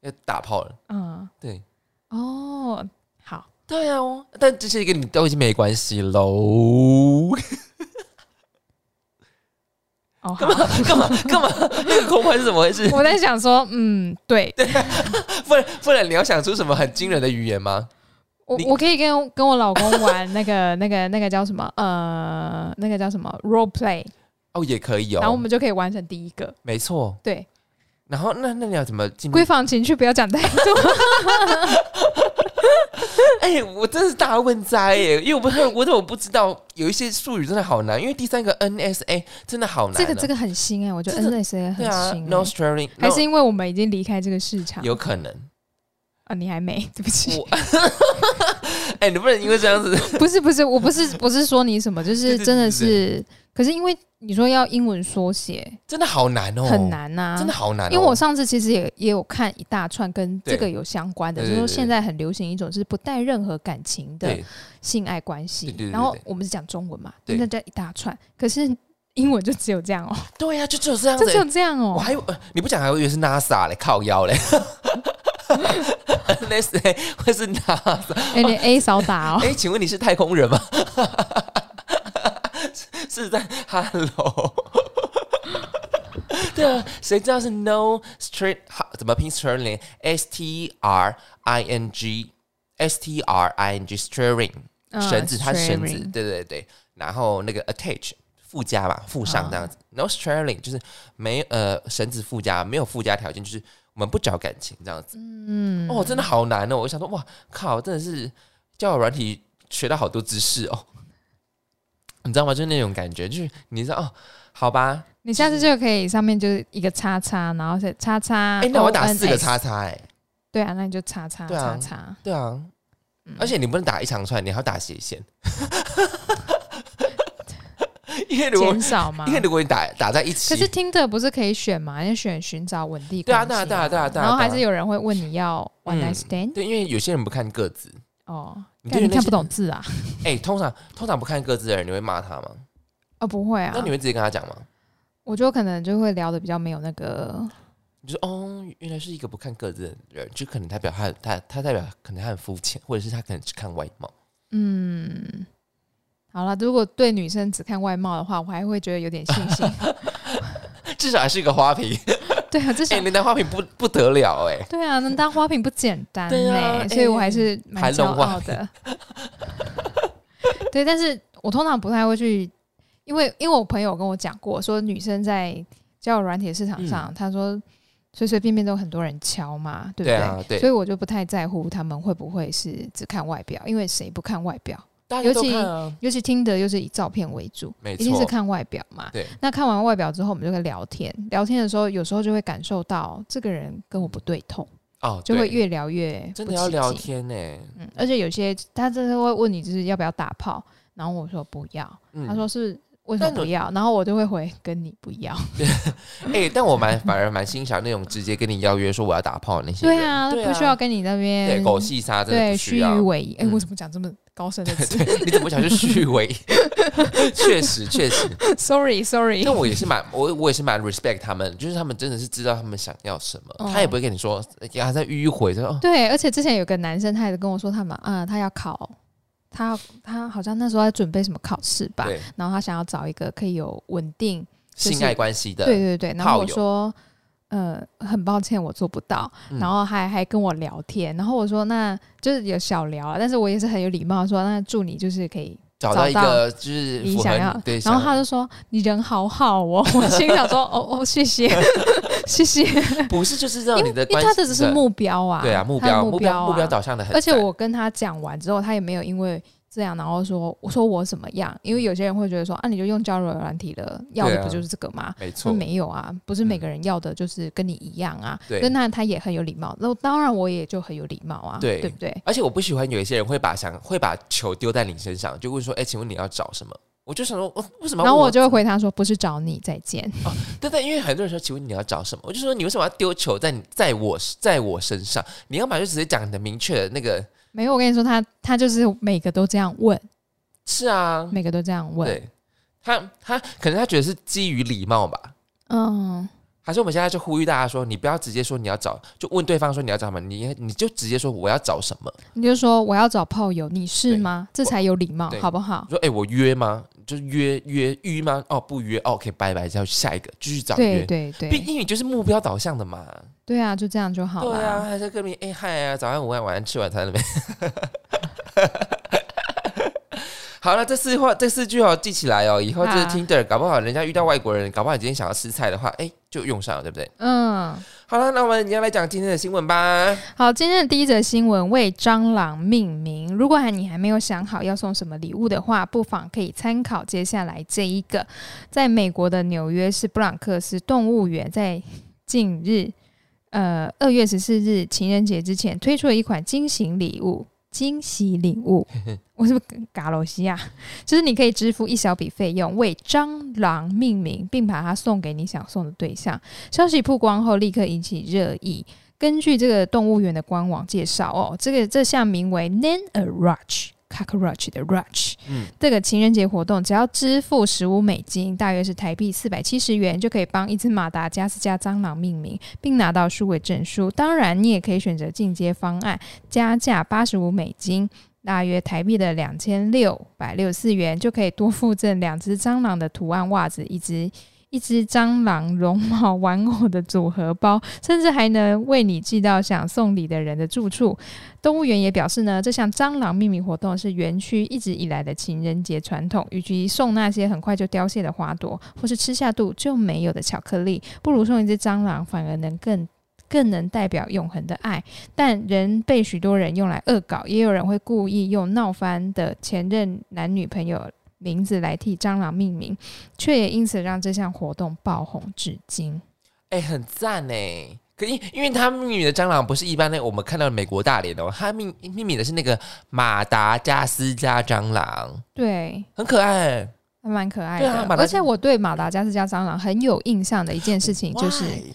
[SPEAKER 2] 要打炮了，
[SPEAKER 1] 嗯，
[SPEAKER 2] 对。
[SPEAKER 1] 哦，好，
[SPEAKER 2] 对啊，我但这些跟你都已经没关系喽。
[SPEAKER 1] 哦，
[SPEAKER 2] 干嘛
[SPEAKER 1] 好，
[SPEAKER 2] 干嘛干嘛？那个空盘是怎么回事？
[SPEAKER 1] 我在想说，嗯，对，
[SPEAKER 2] 不然不然你要想出什么很惊人的语言吗？
[SPEAKER 1] 我
[SPEAKER 2] 你
[SPEAKER 1] 我可以跟跟我老公玩那 个那个那个叫什么呃，那个叫什么 role play，
[SPEAKER 2] 哦，也可以
[SPEAKER 1] 然后我
[SPEAKER 2] 哦，
[SPEAKER 1] 们就可以完成第一个。
[SPEAKER 2] 没错。
[SPEAKER 1] 对，
[SPEAKER 2] 然后那那你要怎么进入
[SPEAKER 1] 闺？房情趣不要讲太多。
[SPEAKER 2] 哎、我真是大问哉耶！因为我不我怎么不知道有一些术语真的好难，因为第三个 NSA 真的好难、
[SPEAKER 1] 这个这。个很新哎、我觉得
[SPEAKER 2] 这
[SPEAKER 1] N
[SPEAKER 2] 个
[SPEAKER 1] S A 很
[SPEAKER 2] 对啊
[SPEAKER 1] 新、
[SPEAKER 2] ，no
[SPEAKER 1] 欸
[SPEAKER 2] strain，
[SPEAKER 1] 还是因为我们已经离开这个市场
[SPEAKER 2] 有可能。
[SPEAKER 1] 啊？你还没？ 对不起，
[SPEAKER 2] 我，哎、你不能因为这样子，
[SPEAKER 1] 不是不是，我不是不是说你什么，就
[SPEAKER 2] 对
[SPEAKER 1] 是
[SPEAKER 2] 对
[SPEAKER 1] 真的
[SPEAKER 2] 对对
[SPEAKER 1] 是，可是因为你说要英文缩写
[SPEAKER 2] 真的好难哦，
[SPEAKER 1] 很、难啊呐、
[SPEAKER 2] 真的好难、哦。
[SPEAKER 1] 因为我上次其实也也有看一大串跟这
[SPEAKER 2] 对
[SPEAKER 1] 个有相关的，
[SPEAKER 2] 对
[SPEAKER 1] 就
[SPEAKER 2] 对
[SPEAKER 1] 是说
[SPEAKER 2] 对对
[SPEAKER 1] 现在很流行一种是不带任何感情的
[SPEAKER 2] 对
[SPEAKER 1] 性爱关系
[SPEAKER 2] 对对，对
[SPEAKER 1] 然后
[SPEAKER 2] 对
[SPEAKER 1] 我们是讲中文嘛，
[SPEAKER 2] 对
[SPEAKER 1] 那叫一大串，可是英文就只有这样哦，
[SPEAKER 2] 对呀、就只有这样
[SPEAKER 1] 就
[SPEAKER 2] 子、
[SPEAKER 1] 只有这样
[SPEAKER 2] 我
[SPEAKER 1] 哦，
[SPEAKER 2] 还以为呃你不讲还以为是 NASA 嘞，靠腰嘞。NSA 会是 NASA？
[SPEAKER 1] 哎，连 A 少打哦
[SPEAKER 2] 哎、，请问你是太空人吗？ 是是在 Hello？对啊，谁知道是 No Straight？好怎么拼 String？S T R I N G S T R I N G String
[SPEAKER 1] 嗯
[SPEAKER 2] 绳子，它是绳子，
[SPEAKER 1] string
[SPEAKER 2] 对对对。然后那个 attach 附加嘛，附上这样子。No string 就是没呃绳子附加，没有附加条件，就是我们不找感情这样子。
[SPEAKER 1] 嗯，
[SPEAKER 2] 哦，真的好难哦！我想说，哇靠，真的是交友软体学到好多知识哦。你知道吗？就是那种感觉，就是你知道哦，好吧，
[SPEAKER 1] 你下次就可以上面就是一个叉叉，然后是叉叉，
[SPEAKER 2] 哎、那我打
[SPEAKER 1] ONS
[SPEAKER 2] 四个叉，叉、哎，
[SPEAKER 1] 对啊，那你就叉叉
[SPEAKER 2] 对啊
[SPEAKER 1] 叉叉，
[SPEAKER 2] 对啊，
[SPEAKER 1] 嗯
[SPEAKER 2] 而且你不能打一长串，你还要打斜线， 因为如果
[SPEAKER 1] 减少嘛
[SPEAKER 2] 因。为如果你打打在一
[SPEAKER 1] 可
[SPEAKER 2] 起，
[SPEAKER 1] 是听的不是可以选嘛？要选寻找稳定
[SPEAKER 2] 对啊
[SPEAKER 1] 关系
[SPEAKER 2] 对啊对啊对啊对啊
[SPEAKER 1] 然后还是有人会问你要 one
[SPEAKER 2] 嗯
[SPEAKER 1] night stand
[SPEAKER 2] 对，因为有些人不看个子，
[SPEAKER 1] 哦，
[SPEAKER 2] 你
[SPEAKER 1] 但
[SPEAKER 2] 对于
[SPEAKER 1] 你
[SPEAKER 2] 那
[SPEAKER 1] 看
[SPEAKER 2] 些
[SPEAKER 1] 不懂字啊？
[SPEAKER 2] 哎、通常通常不看个子的人，你会骂他吗？
[SPEAKER 1] 哦，不会啊
[SPEAKER 2] 那，你会直接跟他讲吗？
[SPEAKER 1] 我就可能就会聊的比较没有那个，
[SPEAKER 2] 你就说哦，原来是一个不看个子的人，就可能代表他他他代表可能他很肤浅，或者是他可能只看外貌。
[SPEAKER 1] 嗯，好了，如果对女生只看外貌的话，我还会觉得有点信 心。
[SPEAKER 2] 至少还是一个花瓶，
[SPEAKER 1] 对啊，至少
[SPEAKER 2] 哎、那那花瓶不不得了哎、
[SPEAKER 1] 对啊，能当花瓶不简单呢、
[SPEAKER 2] 对啊
[SPEAKER 1] 所以我还是蛮
[SPEAKER 2] 哎
[SPEAKER 1] 骄傲 的。对，但是我通常不太会去，因为因为我朋友跟我讲过，说女生在交友软体的市场上，她说随随便便都有很多人敲嘛，对不
[SPEAKER 2] 对啊，对，
[SPEAKER 1] 所以我就不太在乎他们会不会是只看外表，因为谁不看外表？
[SPEAKER 2] 大
[SPEAKER 1] 尤
[SPEAKER 2] 家都
[SPEAKER 1] 其
[SPEAKER 2] 看啊，
[SPEAKER 1] 尤其听的又是以照片为主，
[SPEAKER 2] 没
[SPEAKER 1] 一定是
[SPEAKER 2] 错，
[SPEAKER 1] 看外表嘛。
[SPEAKER 2] 对，
[SPEAKER 1] 那看完外表之后，我们就会聊天。聊天的时候，有时候就会感受到这个人跟我不对头，
[SPEAKER 2] 哦，
[SPEAKER 1] 就会
[SPEAKER 2] 对
[SPEAKER 1] 越聊越
[SPEAKER 2] 真
[SPEAKER 1] 不
[SPEAKER 2] 的要
[SPEAKER 1] 起
[SPEAKER 2] 聊
[SPEAKER 1] 劲。
[SPEAKER 2] 天呢、
[SPEAKER 1] 嗯，而且有些他真的会问你，就是要不要打炮，然后我说不要，
[SPEAKER 2] 嗯
[SPEAKER 1] 他说是为什么
[SPEAKER 2] 但我
[SPEAKER 1] 不要，然后我就会回跟你不 要。
[SPEAKER 2] 哎、但我蛮反而蛮欣赏那种直接跟你邀约说我要打炮的那些
[SPEAKER 1] 对
[SPEAKER 2] 人，
[SPEAKER 1] 啊，
[SPEAKER 2] 对
[SPEAKER 1] 不需要跟你那边
[SPEAKER 2] 对狗戏杀真的
[SPEAKER 1] 对
[SPEAKER 2] 不
[SPEAKER 1] 虚
[SPEAKER 2] 需
[SPEAKER 1] 与
[SPEAKER 2] 要。
[SPEAKER 1] 委蛇。哎，
[SPEAKER 2] 嗯
[SPEAKER 1] 我怎么讲这么高深的词
[SPEAKER 2] 你怎么想是虚伪？ 确实，确实，
[SPEAKER 1] ？Sorry Sorry，
[SPEAKER 2] 但我也是蛮我我也是蛮 respect 他们，就是他们真的是知道他们想要什么，
[SPEAKER 1] 哦
[SPEAKER 2] 他也不会跟你说，也还在迂回，他说哦，
[SPEAKER 1] 对，而且之前有个男生，他也跟我说他嘛，啊、他要考，他他好像那时候在准备什么考试吧，
[SPEAKER 2] 对，
[SPEAKER 1] 然后他想要找一个可以有稳定，就是
[SPEAKER 2] 性爱关系的，
[SPEAKER 1] 对对对，然后
[SPEAKER 2] 炮
[SPEAKER 1] 我
[SPEAKER 2] 友
[SPEAKER 1] 说。呃，很抱歉，我做不到。
[SPEAKER 2] 嗯
[SPEAKER 1] 然后还还跟我聊天，然后我说那就是有小聊啊，但是我也是很有礼貌地说，那祝你就是可以
[SPEAKER 2] 找到一
[SPEAKER 1] 找到
[SPEAKER 2] 个就是
[SPEAKER 1] 你
[SPEAKER 2] 符合
[SPEAKER 1] 想要。
[SPEAKER 2] 对，
[SPEAKER 1] 然后他
[SPEAKER 2] 想
[SPEAKER 1] 就说你人好好哦， 我心想说哦哦，谢谢 谢 谢，
[SPEAKER 2] 不是就是让你的
[SPEAKER 1] 因为
[SPEAKER 2] 关系
[SPEAKER 1] 他这只是目标啊，
[SPEAKER 2] 对啊目
[SPEAKER 1] 他的
[SPEAKER 2] 标
[SPEAKER 1] 目
[SPEAKER 2] 目标目
[SPEAKER 1] 啊
[SPEAKER 2] 标导向的很赞，
[SPEAKER 1] 而且我跟他讲完之后，他也没有因为这样，然后说我说我怎么样，因为有些人会觉得说啊，你就用交友软体了，要的
[SPEAKER 2] 对啊
[SPEAKER 1] 不就是这个吗？
[SPEAKER 2] 没
[SPEAKER 1] 说
[SPEAKER 2] 错，嗯
[SPEAKER 1] 没有啊，不是每个人要的就是跟你一样啊。
[SPEAKER 2] 对
[SPEAKER 1] 跟那他也很有礼貌，那当然我也就很有礼貌啊，
[SPEAKER 2] 对
[SPEAKER 1] 不对？
[SPEAKER 2] 而且我不喜欢有一些人会把想会把球丢在你身上，就问说，哎、请问你要找什么？我就想说，我为什么
[SPEAKER 1] 然
[SPEAKER 2] 要
[SPEAKER 1] 后
[SPEAKER 2] 问
[SPEAKER 1] 我
[SPEAKER 2] 我？
[SPEAKER 1] 就会回他说不是找你，再见。
[SPEAKER 2] 对对，因为很多人说，请问你要找什么？我就说你为什么要丢球在你在我在我身上？你要么就直接讲你的明确的那个
[SPEAKER 1] 没有，我跟你说，他他就是每个都这样问，
[SPEAKER 2] 是啊，
[SPEAKER 1] 每个都这样问。
[SPEAKER 2] 对他他可能他觉得是基于礼貌吧。
[SPEAKER 1] 嗯，
[SPEAKER 2] 还是我们现在就呼吁大家说，你不要直接说你要找，就问对方说你要找什么，你你就直接说我要找什么。
[SPEAKER 1] 你就说我要找炮友，你是
[SPEAKER 2] 对
[SPEAKER 1] 吗？这才有礼貌，
[SPEAKER 2] 对
[SPEAKER 1] 好不好？
[SPEAKER 2] 说哎、诶我约吗？就是约约约吗？哦，不约哦，OK，拜拜，再下一个继续找
[SPEAKER 1] 对
[SPEAKER 2] 约。
[SPEAKER 1] 对
[SPEAKER 2] 毕
[SPEAKER 1] 对，
[SPEAKER 2] 竟你就是目标导向的嘛。
[SPEAKER 1] 对啊，就这样就好
[SPEAKER 2] 对啊，
[SPEAKER 1] 了。
[SPEAKER 2] 还是跟你哎嗨啊，早安、午安、晚安，吃晚餐了没？ 好了，这四话这四句哦，记起来哦。以后就是
[SPEAKER 1] 啊
[SPEAKER 2] Tinder，、搞不好人家遇到外国人，搞不好你今天想要吃菜的话，哎、就用上了，对不对？
[SPEAKER 1] 嗯，
[SPEAKER 2] 好了，那我们你要来讲今天的新闻吧。
[SPEAKER 1] 好，今天的第一则新闻为蟑螂命名。如果还你还没有想好要送什么礼物的话，不妨可以参考接下来这一个，在美国的纽约市布朗克斯动物园在近日，呃，二月十四日情人节之前推出了一款惊喜礼物。惊喜礼物，我是不是嘎罗西亚？就是你可以支付一小笔费用，为蟑螂命名，并把它送给你想送的对象。消息曝光后，立刻引起热议。根据这个动物园的官网介绍，哦，这个这项名为 “Nan a Rush Cockroach” 的 Rush，
[SPEAKER 2] 嗯
[SPEAKER 1] 这个情人节活动，只要支付十五美金，大约是台币四百七十元，就可以帮一只马达加斯加蟑螂命名，并拿到数位证书。当然，你也可以选择进阶方案，加价八十五美金。大约台币的两千六百六十四元就可以多附赠两只蟑螂的图案袜子，一只一只蟑螂绒毛玩偶的组合包，甚至还能为你寄到想送礼的人的住处。动物园也表示呢，这项蟑螂命名活动是园区一直以来的情人节传统。与其送那些很快就凋谢的花朵，或是吃下肚就没有的巧克力，不如送一只蟑螂，反而能更。更能代表永恒的爱，但仍被许多人用来恶搞，也有人会故意用闹翻的前任男女朋友名字来替蟑螂命名。却也因此让这项活动爆红至今。
[SPEAKER 2] 哎、很赞呢。可因因为它命名的蟑螂不是一般的我们看到的美国大脸哦，它命命名的是那个马达加斯加蟑螂，
[SPEAKER 1] 对，
[SPEAKER 2] 很可爱。
[SPEAKER 1] 还蛮可爱
[SPEAKER 2] 对
[SPEAKER 1] 的。
[SPEAKER 2] 啊马达
[SPEAKER 1] 而且我对马达加斯加蟑螂很有印象的一件事情，就是
[SPEAKER 2] Why？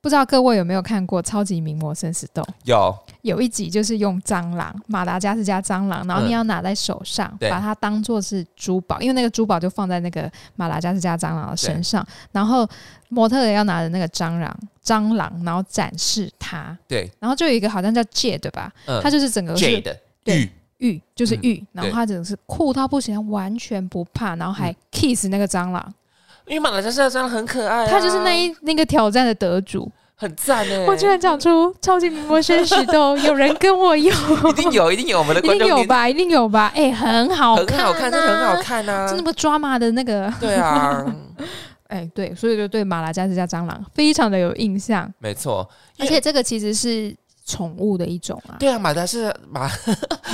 [SPEAKER 1] 不知道各位有没有看过《超级名模生死斗》？
[SPEAKER 2] 有
[SPEAKER 1] 有一集就是用蟑螂，马达加斯加蟑螂，然后
[SPEAKER 2] 嗯
[SPEAKER 1] 你要拿在手上，
[SPEAKER 2] 对
[SPEAKER 1] 把它当做是珠宝，因为那个珠宝就放在那个马达加斯加蟑螂的身上，然后模特儿要拿着那个蟑螂，蟑螂，然后展示它。
[SPEAKER 2] 对，
[SPEAKER 1] 然后就有一个好像叫 Jade 吧，
[SPEAKER 2] 嗯
[SPEAKER 1] 它就是整个是
[SPEAKER 2] Jade
[SPEAKER 1] 对
[SPEAKER 2] 玉
[SPEAKER 1] 玉就是
[SPEAKER 2] 嗯
[SPEAKER 1] 玉，然后
[SPEAKER 2] 对嗯
[SPEAKER 1] 他真的是酷到不行，他完全不怕，然后还 kiss 那个蟑螂，
[SPEAKER 2] 因为马达加斯加蟑螂很可爱、啊，
[SPEAKER 1] 他就是那一那个挑战的得主。
[SPEAKER 2] 很赞欸呢。
[SPEAKER 1] 我居然讲出超级名模生死 斗，有人跟我有，
[SPEAKER 2] 一定有，一定有我们的
[SPEAKER 1] 一
[SPEAKER 2] 观
[SPEAKER 1] 定有
[SPEAKER 2] 众 听
[SPEAKER 1] 吧，一定有吧，哎，很好看、
[SPEAKER 2] 很好看，真的很好，看
[SPEAKER 1] 真
[SPEAKER 2] 啊
[SPEAKER 1] 的。不抓马的那个，
[SPEAKER 2] 对啊，
[SPEAKER 1] 哎，对，所以就对马达加斯加蟑螂非常的有印象，
[SPEAKER 2] 没错。因
[SPEAKER 1] 而
[SPEAKER 2] 为
[SPEAKER 1] 且这个其实是宠物的一种啊，
[SPEAKER 2] 对啊，马达是马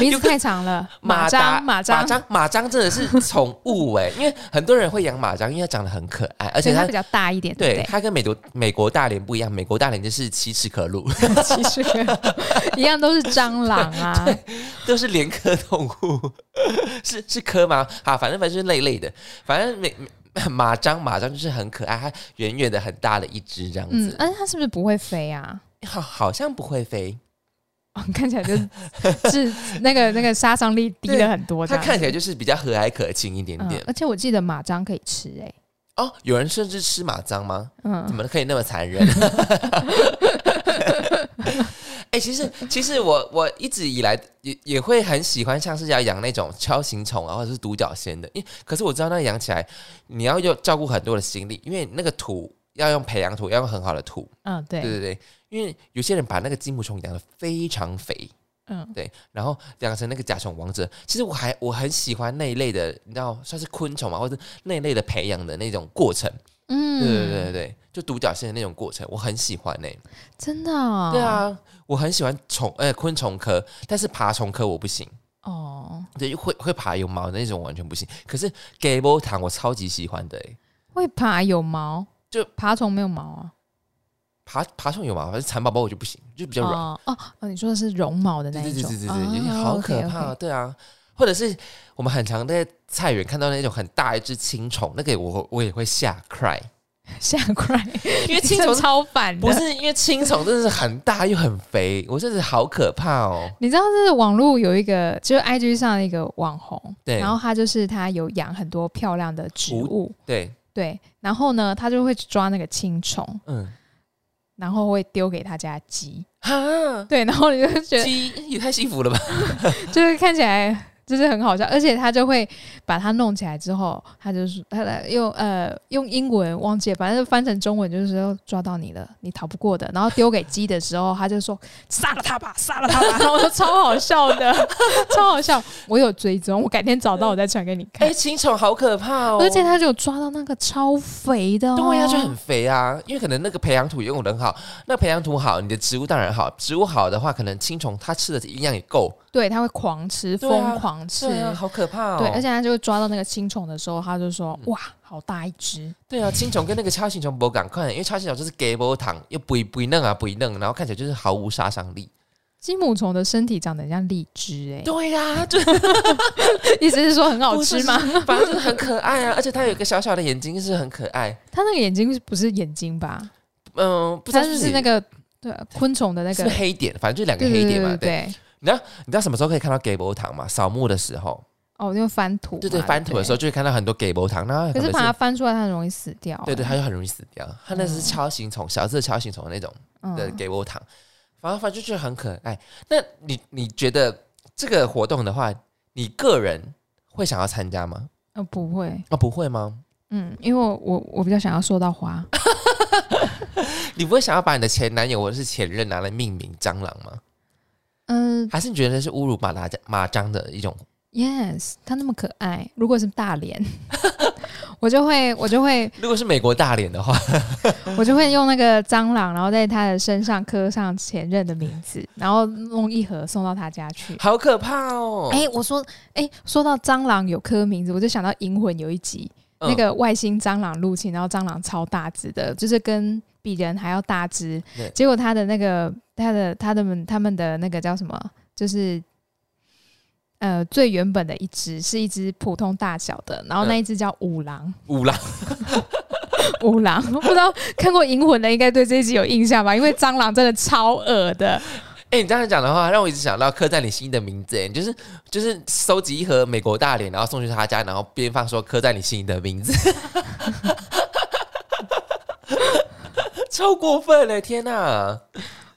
[SPEAKER 1] 名字太长了，马
[SPEAKER 2] 达
[SPEAKER 1] 章马
[SPEAKER 2] 马
[SPEAKER 1] 章，
[SPEAKER 2] 章马章真的是宠 物哎，因为很多人会养马章，因为它长得很可爱，而
[SPEAKER 1] 而
[SPEAKER 2] 且它
[SPEAKER 1] 它比较大一点，对不
[SPEAKER 2] 对
[SPEAKER 1] 对？
[SPEAKER 2] 它跟美国美国大连不一样，美国大连就是奇齿可入，
[SPEAKER 1] 其实 一样都是蟑螂 啊，
[SPEAKER 2] 都是连科动物， 是是科吗？啊，反正反正就是类类的，反正美 马章马章就是很可爱，它远远的很大的一只这样
[SPEAKER 1] 嗯
[SPEAKER 2] 子，，
[SPEAKER 1] 但是它是不是不会飞啊？
[SPEAKER 2] 好好像不会飞，
[SPEAKER 1] 哦 看起来就是是那个那个杀伤力低了很多这
[SPEAKER 2] 它
[SPEAKER 1] 样子，
[SPEAKER 2] 看起来就是比较和蔼可亲一点
[SPEAKER 1] 嗯
[SPEAKER 2] 点。
[SPEAKER 1] 而且我记得马章可以吃哎、
[SPEAKER 2] 哦，有人甚至吃马章吗？怎
[SPEAKER 1] 嗯，
[SPEAKER 2] 么可以那么残忍？ 哎、其实其实我我一直以来也也会很喜欢，像是要养那种锹形虫啊，或者是独角仙的。因可是我知道那养起来，你要有照顾很多的心力，因为那个土要用培养土，要用很好的土。
[SPEAKER 1] 嗯，对，
[SPEAKER 2] 对对对，因为有些人把那个金木虫养的非常肥，
[SPEAKER 1] 嗯
[SPEAKER 2] 对，然后养成那个甲虫王者。其实我还我很喜欢那一类的，你知道算是昆虫嘛，或者是那一类的培养的那种过程。
[SPEAKER 1] 嗯，
[SPEAKER 2] 对对对对对，就独角仙的那种过程，我很喜欢呢、
[SPEAKER 1] 真的、哦，
[SPEAKER 2] 对，啊，我很喜欢虫，呃，昆虫科，但是爬虫科我不行，
[SPEAKER 1] 哦，
[SPEAKER 2] 对，会会爬有毛的那种完全不行。可是 Gable 糖我超级喜欢的、欸，
[SPEAKER 1] 会爬有毛，
[SPEAKER 2] 就
[SPEAKER 1] 爬虫没有毛啊，
[SPEAKER 2] 爬爬虫有毛，反正蚕宝宝我就不行，就比较软。
[SPEAKER 1] 哦哦哦，你说的是绒毛的那
[SPEAKER 2] 对对
[SPEAKER 1] 一种
[SPEAKER 2] 对对对，
[SPEAKER 1] 哦
[SPEAKER 2] 对，好可怕、啊
[SPEAKER 1] OK，OK
[SPEAKER 2] 对啊，或者是我们很常在菜园看到那种很大一只青虫，那个我我也会吓 cry，
[SPEAKER 1] 吓坏，
[SPEAKER 2] 因为青虫
[SPEAKER 1] 超烦的。
[SPEAKER 2] 不是因为青虫真的是很大又很肥，我真的好可怕哦。
[SPEAKER 1] 你知道，就是网络有一个，就是 IG 上的一个网红，
[SPEAKER 2] 对
[SPEAKER 1] 然后他就是他有养很多漂亮的植物，
[SPEAKER 2] 对，
[SPEAKER 1] 对，然后呢，他就会去抓那个青虫，
[SPEAKER 2] 嗯，
[SPEAKER 1] 然后会丢给他家鸡，
[SPEAKER 2] 哈，
[SPEAKER 1] 对，然后你就觉得
[SPEAKER 2] 鸡也太幸福了吧？
[SPEAKER 1] 就是看起来就是很好笑，而且他就会把它弄起来之后，他就是他来用呃用英文忘记了，反正就翻成中文就是说抓到你了，你逃不过的。然后丢给鸡的时候，他就说杀了他吧，杀了他 吧，然后我就超好笑的，超好笑。我有追踪，我改天找到我再传给你
[SPEAKER 2] 哎、
[SPEAKER 1] 看。
[SPEAKER 2] 青虫好可怕哦，
[SPEAKER 1] 而且他就有抓到那个超肥的、哦，
[SPEAKER 2] 对呀、就很肥啊，因为可能那个培养土用的很好，那培养土好，你的植物当然好，植物好的话，可能青虫它吃的营养也够。
[SPEAKER 1] 对，他会狂吃，
[SPEAKER 2] 对啊
[SPEAKER 1] 疯狂吃。
[SPEAKER 2] 对啊，好可怕哦。嗯
[SPEAKER 1] 对，而且他就抓到那个青虫的时候，他就说：“哇，好大一只！”
[SPEAKER 2] 对啊，青虫跟那个超青虫不赶快，因为超青虫就是给波糖，又不不嫩啊不嫩，然后看起来就是毫无杀伤力。
[SPEAKER 1] 金母虫的身体长得很像荔枝、欸，
[SPEAKER 2] 对呀、 就
[SPEAKER 1] 意思是说很好吃吗？？
[SPEAKER 2] 反正就是很可爱啊，而且它有一个小小的眼睛，是很可爱。
[SPEAKER 1] 它那个眼睛不是眼睛吧？
[SPEAKER 2] 嗯，不知
[SPEAKER 1] 它
[SPEAKER 2] 道
[SPEAKER 1] 就是那
[SPEAKER 2] 个
[SPEAKER 1] 个对啊昆虫的那
[SPEAKER 2] 是
[SPEAKER 1] 个
[SPEAKER 2] 不是黑点，反正就两个
[SPEAKER 1] 对
[SPEAKER 2] 黑
[SPEAKER 1] 对
[SPEAKER 2] 点嘛。
[SPEAKER 1] 对
[SPEAKER 2] 对，
[SPEAKER 1] 对。
[SPEAKER 2] 你知道什么时候可以看到给波糖吗？扫墓的时候，
[SPEAKER 1] 哦，就翻土嘛，
[SPEAKER 2] 对对，翻土的时候
[SPEAKER 1] 候。
[SPEAKER 2] 就会看到很多给波糖，然后
[SPEAKER 1] 可是
[SPEAKER 2] 能
[SPEAKER 1] 把它翻出来，它很容易死掉。啊
[SPEAKER 2] 对对，它就很容易死掉。它那是超形虫，小只的超形虫那种
[SPEAKER 1] 嗯，
[SPEAKER 2] 的给我糖，反正反正就是很可爱。那你你觉得这个活动的话，你个人会想要参加吗？
[SPEAKER 1] 呃，不会，
[SPEAKER 2] 啊、不会吗？
[SPEAKER 1] 嗯，因为我我我比较想要收到花，
[SPEAKER 2] 你不会想要把你的前男友或者是前任拿来命名蟑螂吗？
[SPEAKER 1] 嗯
[SPEAKER 2] 还是你觉得是侮辱马达马蟑的一种？
[SPEAKER 1] ，yes，它那么可爱，如果是大脸， 我就会我就会
[SPEAKER 2] 如果是美国大脸的话，
[SPEAKER 1] 我就会用那个蟑螂，然后在它的身上刻上前任的名字，然后弄一盒送到他家去。
[SPEAKER 2] 好可怕哦！
[SPEAKER 1] 哎、我说，哎、说到蟑螂有颗名字，我就想到《银魂》有一集，
[SPEAKER 2] 嗯
[SPEAKER 1] 那个外星蟑螂入侵，然后蟑螂超大只的，就是跟比人还要大只
[SPEAKER 2] 对。
[SPEAKER 1] 结果它的那个、它的、它的们、他们的那个叫什么？就是呃，最原本的一只是一只普通大小的，然后那一只叫五郎。
[SPEAKER 2] 五郎
[SPEAKER 1] 五郎， 不知道看过《银魂》的应该对这一集有印象吧？因为蟑螂真的超恶的。
[SPEAKER 2] 哎、你这样讲的话，让我一直想到刻在你心的名字，哎，你就是就是收集一盒美国大脸，然后送去他家，然后边放说刻在你心的名字， 超过分了，天哪、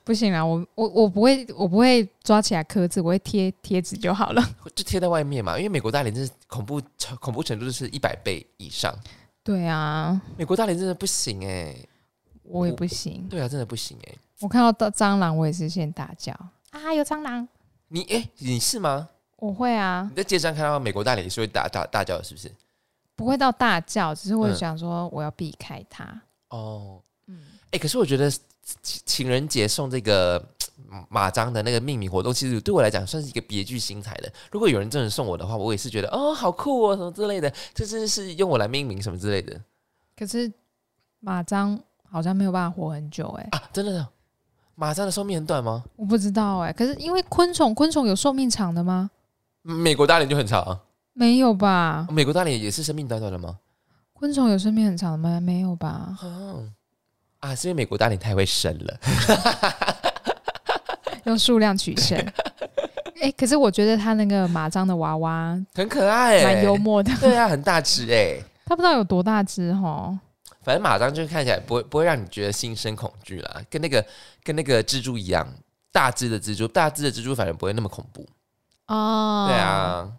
[SPEAKER 1] 不行啦，我我我不会，我不会抓起来刻字，我会贴贴纸就好了。
[SPEAKER 2] 就贴在外面嘛，因为美国大脸真是恐怖恐怖程度是一百倍以上，
[SPEAKER 1] 对啊，
[SPEAKER 2] 美国大脸真的不行哎、
[SPEAKER 1] 我也不行。
[SPEAKER 2] 对啊，真的不行哎、
[SPEAKER 1] 我看到蟑蟑螂，我也是先大叫啊，有蟑螂！
[SPEAKER 2] 你哎、你是吗？
[SPEAKER 1] 我会啊
[SPEAKER 2] 你，在街上看到美国大脸，你是会大大大叫的，是不是？
[SPEAKER 1] 不会到大叫，只是我
[SPEAKER 2] 嗯
[SPEAKER 1] 想说我要避开它。
[SPEAKER 2] 哦，
[SPEAKER 1] 嗯
[SPEAKER 2] 哎、可是我觉得情情人节送这个嗯马章的那个命名活动，其实对我来讲算是一个别具新彩的。如果有人真的送我的话，我也是觉得哦，好酷哦，什么之类的，这真的是用我来命名什么之类的
[SPEAKER 1] 可是马蟑好像没有办法活很久哎、
[SPEAKER 2] 啊！真的，马章的寿命很短吗？
[SPEAKER 1] 我不知道哎、可是因为昆虫，昆虫有寿命长的吗？
[SPEAKER 2] 美国大脸就很长、啊，
[SPEAKER 1] 没有吧？
[SPEAKER 2] 美国大脸也是生命短短的吗？
[SPEAKER 1] 昆虫有生命很长的吗？没有吧？
[SPEAKER 2] 啊啊，是因为美国大脸太会生了，
[SPEAKER 1] 用数量取胜。哎、可是我觉得他那个马章的娃娃
[SPEAKER 2] 很可爱、欸，
[SPEAKER 1] 蛮幽。默的，
[SPEAKER 2] 对啊，很大只哎、
[SPEAKER 1] 他不知道有多大只哈。
[SPEAKER 2] 反正马章就是看起来不会不会让你觉得心生恐惧啦，跟那个跟那个蜘蛛一样，大只的蜘蛛，大只的蜘蛛反而不会那么恐怖。
[SPEAKER 1] 哦，
[SPEAKER 2] 对，啊，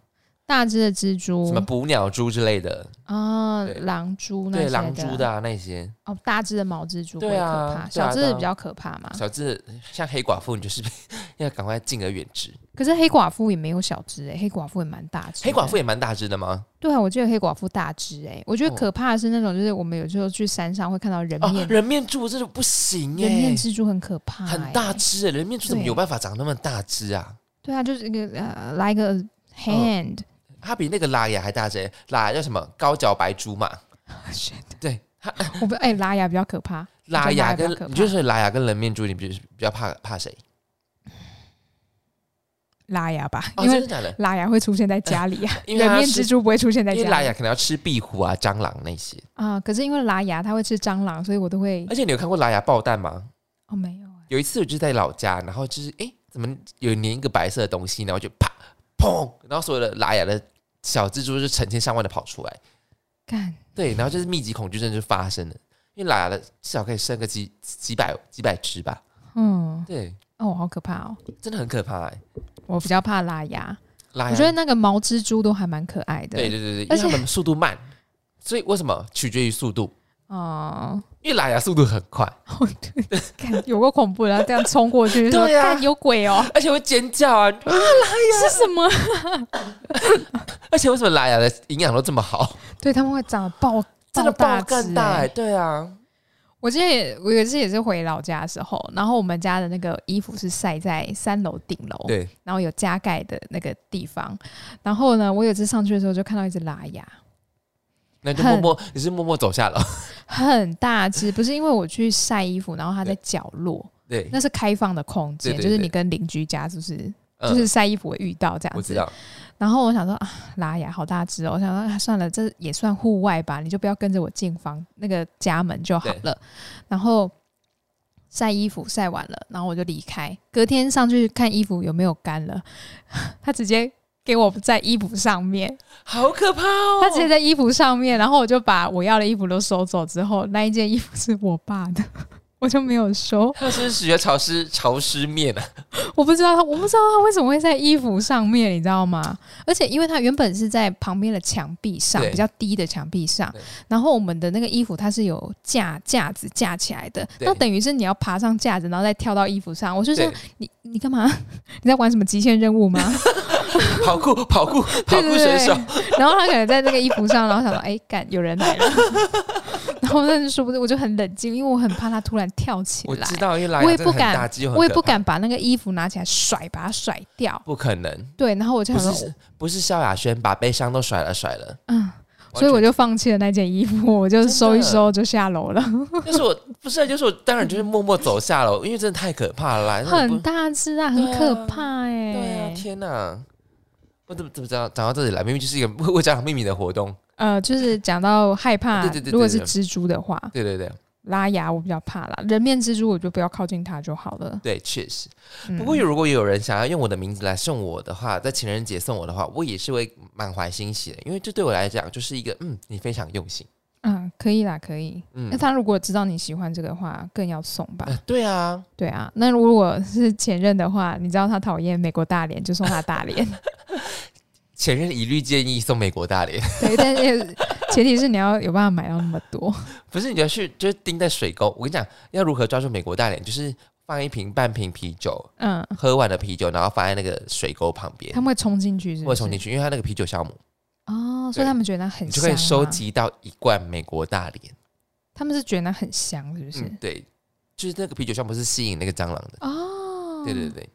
[SPEAKER 1] 大只的蜘蛛
[SPEAKER 2] 什么捕鸟蛛之类的，
[SPEAKER 1] 啊
[SPEAKER 2] 对，
[SPEAKER 1] 狼蛛那些
[SPEAKER 2] 对，狼蛛的啊那些，
[SPEAKER 1] 哦，大只的毛蜘蛛会
[SPEAKER 2] 对
[SPEAKER 1] 可
[SPEAKER 2] 啊
[SPEAKER 1] 怕，
[SPEAKER 2] 对啊
[SPEAKER 1] 小只
[SPEAKER 2] 对
[SPEAKER 1] 的
[SPEAKER 2] 啊
[SPEAKER 1] 比较可怕嘛。
[SPEAKER 2] 小只的像黑寡妇，你就是 要赶快敬而远之。
[SPEAKER 1] 可是黑寡妇也没有小只哎、黑寡妇也蛮大只的。
[SPEAKER 2] 黑寡妇也蛮大只的吗？
[SPEAKER 1] 对啊，我觉得黑寡妇大只哎、我觉得
[SPEAKER 2] 哦
[SPEAKER 1] 可怕的是那种，就是我们有时候去山上会看到人
[SPEAKER 2] 哦
[SPEAKER 1] 面、，
[SPEAKER 2] 人面蛛真的不行
[SPEAKER 1] 人面
[SPEAKER 2] 哎、
[SPEAKER 1] 蜘蛛很可怕、
[SPEAKER 2] 很大。只、欸，人面蛛怎么
[SPEAKER 1] 对
[SPEAKER 2] 有办法长那么大只啊？
[SPEAKER 1] 对啊，就是一个呃，来一个
[SPEAKER 2] 哦
[SPEAKER 1] hand，、
[SPEAKER 2] 它比那个拉雅还大只、欸，拉雅叫什么高脚白蛛嘛？对，它
[SPEAKER 1] 啊 我不哎、拉雅比较可怕，
[SPEAKER 2] 拉雅跟
[SPEAKER 1] 比较可怕
[SPEAKER 2] 你就是拉雅跟人面蛛，你比比较怕怕谁？
[SPEAKER 1] 拉牙吧，
[SPEAKER 2] 哦，
[SPEAKER 1] 因
[SPEAKER 2] 真
[SPEAKER 1] 为
[SPEAKER 2] 的假的？
[SPEAKER 1] 拉牙会出现在家里呀、啊
[SPEAKER 2] 因为它
[SPEAKER 1] 人面
[SPEAKER 2] 是
[SPEAKER 1] 蜘蛛不会出现在
[SPEAKER 2] 因为拉
[SPEAKER 1] 家里
[SPEAKER 2] 雅可能要吃壁虎啊、蟑螂那些。
[SPEAKER 1] 啊、可是因为拉牙它会吃蟑螂，所以我都会
[SPEAKER 2] 而且你有看过拉雅爆蛋吗？
[SPEAKER 1] 哦没有啊，
[SPEAKER 2] 有一次我就在老家，然后就是诶，怎么有粘一个白色的东西，然后就啪砰，然后所有的拉雅的小蜘蛛就成千上万的跑出来，
[SPEAKER 1] 干
[SPEAKER 2] 对，然后就是密集恐惧症就发生了，因为拉雅的至少可以生个几几百几百只吧，
[SPEAKER 1] 嗯
[SPEAKER 2] 对，
[SPEAKER 1] 哦好可怕哦，
[SPEAKER 2] 真的很可怕、欸。
[SPEAKER 1] 我比较怕拉牙，
[SPEAKER 2] 拉
[SPEAKER 1] 我觉得
[SPEAKER 2] 雅，
[SPEAKER 1] 那个毛蜘蛛都还蛮可爱的，
[SPEAKER 2] 对对对对，因
[SPEAKER 1] 而
[SPEAKER 2] 为
[SPEAKER 1] 且
[SPEAKER 2] 它们速度慢，所以为什么取决于速度？
[SPEAKER 1] 哦、
[SPEAKER 2] 因为拉雅速度很快，
[SPEAKER 1] 看有个恐怖的，然后这样冲过去，就说
[SPEAKER 2] 对啊
[SPEAKER 1] 干有鬼哦，
[SPEAKER 2] 而且会尖叫啊！
[SPEAKER 1] 是什么？
[SPEAKER 2] 而且为什么拉雅的营养都这么 好？
[SPEAKER 1] 对他们会长得爆，
[SPEAKER 2] 真的
[SPEAKER 1] 大
[SPEAKER 2] 爆更
[SPEAKER 1] 只
[SPEAKER 2] 大、
[SPEAKER 1] 欸
[SPEAKER 2] 欸，对啊，
[SPEAKER 1] 我之前也，我有一次也是回老家的时候，然后我们家的那个衣服是晒在三楼顶楼，
[SPEAKER 2] 对，
[SPEAKER 1] 然后有加盖的那个地方。然后呢，我有一次上去的时候就看到一只拉牙，
[SPEAKER 2] 那就默默你是默默走下楼，
[SPEAKER 1] 很大只，不是因为我去晒衣服，然后它在角落，
[SPEAKER 2] 对，
[SPEAKER 1] 那是开放的空间，
[SPEAKER 2] 对对
[SPEAKER 1] 就是
[SPEAKER 2] 对
[SPEAKER 1] 你跟邻居家是不是？
[SPEAKER 2] 嗯
[SPEAKER 1] 就是晒衣服会遇到这样
[SPEAKER 2] 我知
[SPEAKER 1] 子，
[SPEAKER 2] 道，
[SPEAKER 1] 然后我想说啊，拉雅好大只哦，我想说、啊、算了，这也算户外吧，你就不要跟着我进房那个家门就好了。然后晒衣服晒完了，然后我就离开。隔天上去看衣服有没有干了， 他直接给我在衣服上面，
[SPEAKER 2] 好可怕哦！
[SPEAKER 1] 他直接在衣服上面，然后我就把我要的衣服都收走之后，那一件衣服是我爸的。 我就没有收，
[SPEAKER 2] 他是不是学潮湿潮湿面啊，
[SPEAKER 1] 我不知道他，我不知道他为什么会在衣服上面，你知道吗？而且因为他原本是在旁边的墙壁上，
[SPEAKER 2] 对
[SPEAKER 1] 比较低的墙壁上
[SPEAKER 2] 对，
[SPEAKER 1] 然后我们的那个衣服它是有架架子架起来的，
[SPEAKER 2] 对
[SPEAKER 1] 那等于是你要爬上架子，然后再跳到衣服上。我就说
[SPEAKER 2] 对，
[SPEAKER 1] 你你干嘛？ 你在玩什么极限任务吗？
[SPEAKER 2] 跑酷跑酷 跑
[SPEAKER 1] 对
[SPEAKER 2] 酷
[SPEAKER 1] 对
[SPEAKER 2] 选
[SPEAKER 1] 对
[SPEAKER 2] 手，
[SPEAKER 1] 然后他可能在那个衣服上，然后想到，哎、干有人 来了。然后但是说不定我就很冷静，因为我很怕他突然跳起
[SPEAKER 2] 我
[SPEAKER 1] 来，
[SPEAKER 2] 知道，因为拉
[SPEAKER 1] 我
[SPEAKER 2] 雅
[SPEAKER 1] 也
[SPEAKER 2] 真
[SPEAKER 1] 不
[SPEAKER 2] 的很
[SPEAKER 1] 敢
[SPEAKER 2] 大肌肉，
[SPEAKER 1] 我也不，敢把那个衣服拿起来甩，把它甩掉。
[SPEAKER 2] 不可能，
[SPEAKER 1] 对，然后我就
[SPEAKER 2] 不
[SPEAKER 1] 想说，
[SPEAKER 2] 是不是萧亚轩把悲伤都甩了甩了，
[SPEAKER 1] 嗯，所以我就放弃了那件衣服，我就收一收就下楼了。
[SPEAKER 2] 完全就是我不是啊，就是我当然就是默默走下楼，因为真的太可怕了啦，那
[SPEAKER 1] 很
[SPEAKER 2] 不
[SPEAKER 1] 大只啊，
[SPEAKER 2] 对
[SPEAKER 1] 很
[SPEAKER 2] 啊
[SPEAKER 1] 可怕哎、
[SPEAKER 2] 对啊，天哪！我怎么怎么讲讲到这里来？明明就是一个 我讲秘密的活动。
[SPEAKER 1] 呃，就是讲到害怕，
[SPEAKER 2] 对对对对
[SPEAKER 1] 如果是
[SPEAKER 2] 对
[SPEAKER 1] 蜘蛛的话，
[SPEAKER 2] 对对对
[SPEAKER 1] 拉牙我比较怕啦，人面蜘蛛我就不要靠近它就好了。
[SPEAKER 2] 对，确实。
[SPEAKER 1] 嗯、
[SPEAKER 2] 不过如果有人想要用我的名字来送我的话，在情人节送我的话，我也是会满怀欣喜的，因为这对我来讲就是一个嗯，你非常用心。
[SPEAKER 1] 嗯，可以啦，可以。
[SPEAKER 2] 嗯
[SPEAKER 1] 那，他如果知道你喜欢这个的话，更要送吧？
[SPEAKER 2] 呃对啊，
[SPEAKER 1] 对啊。那如果是前任的话，你知道他讨厌美国大脸，就送他大 脸。
[SPEAKER 2] 前任一律建议送美国大连，
[SPEAKER 1] 对，但是前提是你要有办法买到那么多。
[SPEAKER 2] 不是你要去就是盯在水沟。我跟你讲，要如何抓住美国大连，就是放一瓶半瓶啤酒，
[SPEAKER 1] 嗯，
[SPEAKER 2] 喝完的啤酒，然后放在那个水沟旁边
[SPEAKER 1] 他，们会冲进去是不是？
[SPEAKER 2] 或者冲进去，因为它那个啤酒酵母，
[SPEAKER 1] 哦，所以
[SPEAKER 2] 对
[SPEAKER 1] 他们觉得那很
[SPEAKER 2] 你就
[SPEAKER 1] 香、
[SPEAKER 2] 可
[SPEAKER 1] 啊，
[SPEAKER 2] 以收。集到一罐美国大连。
[SPEAKER 1] 他们是觉得那很香，是不是？
[SPEAKER 2] 嗯，对，就是那个啤酒酵母是吸引那个蟑螂的。
[SPEAKER 1] 哦，
[SPEAKER 2] 对对对，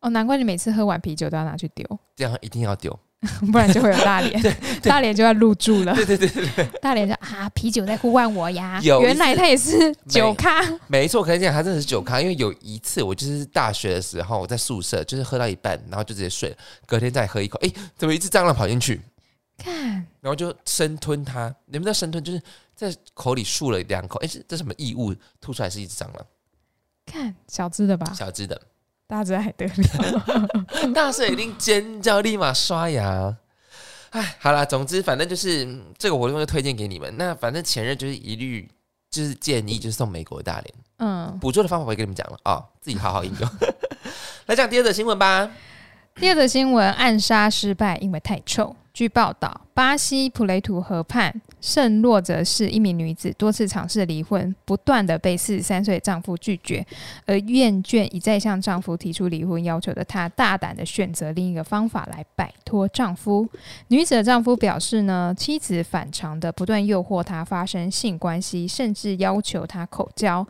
[SPEAKER 1] 哦，难怪你每次喝完啤酒都要拿去丢，
[SPEAKER 2] 这样一定要丢。
[SPEAKER 1] 不然就会有大脸， 大脸就要入住了。对对对大脸就啊，啤酒在呼唤我呀，
[SPEAKER 2] 有一
[SPEAKER 1] 原来他也是酒咖。
[SPEAKER 2] 没错，我跟你讲，他真的是酒咖，因为有一次我就是大学的时候，我在宿舍就是喝到一半，然后就直接睡了，隔天再喝一口，诶，怎么一只蟑螂跑进去，
[SPEAKER 1] 看，
[SPEAKER 2] 然后就生吞它？你们知道生吞就是在口里漱了两口，诶，这这什么异物吐出来是一只蟑螂，
[SPEAKER 1] 看小资的吧，
[SPEAKER 2] 小只的，
[SPEAKER 1] 大只还得了？
[SPEAKER 2] 大声一定尖叫，立马刷牙。哎，好啦，总之反正就是嗯这个活动就推荐给你们。那反正前任就是一律就是建议就是送美国大连
[SPEAKER 1] 嗯，
[SPEAKER 2] 捕捉的方法，我也跟你们讲了啊、自己好好应用。 来讲第二则新闻吧。
[SPEAKER 1] 第二则新闻：暗杀失败，因为太臭。据报道，巴西普雷图河畔圣洛泽市一名女子多次尝试离婚，不断的被四十三岁丈夫拒绝，而厌倦一再向丈夫提出离婚要求的她，大胆的选择另一个方法来摆脱丈夫。女子的丈夫表示呢，妻子反常的不断诱惑她发生性关系，甚至要求她口交。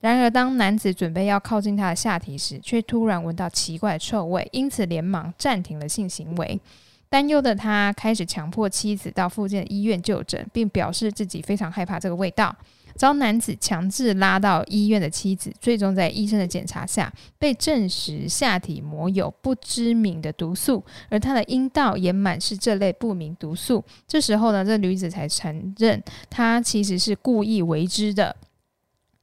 [SPEAKER 1] 然而，当男子准备要靠近她的下体时，却突然闻到奇怪的臭味，因此连忙暂停了性行为。担忧的他开始强迫妻子到附近的医院就诊，并表示自己非常害怕这个味道。遭男子强制拉到医院的妻子，最终在医生的检查下被证实下体膜有不知名的毒素，而他的阴道也满是这类不明毒素。这时候呢，这女子才承认她其实是故意为之的，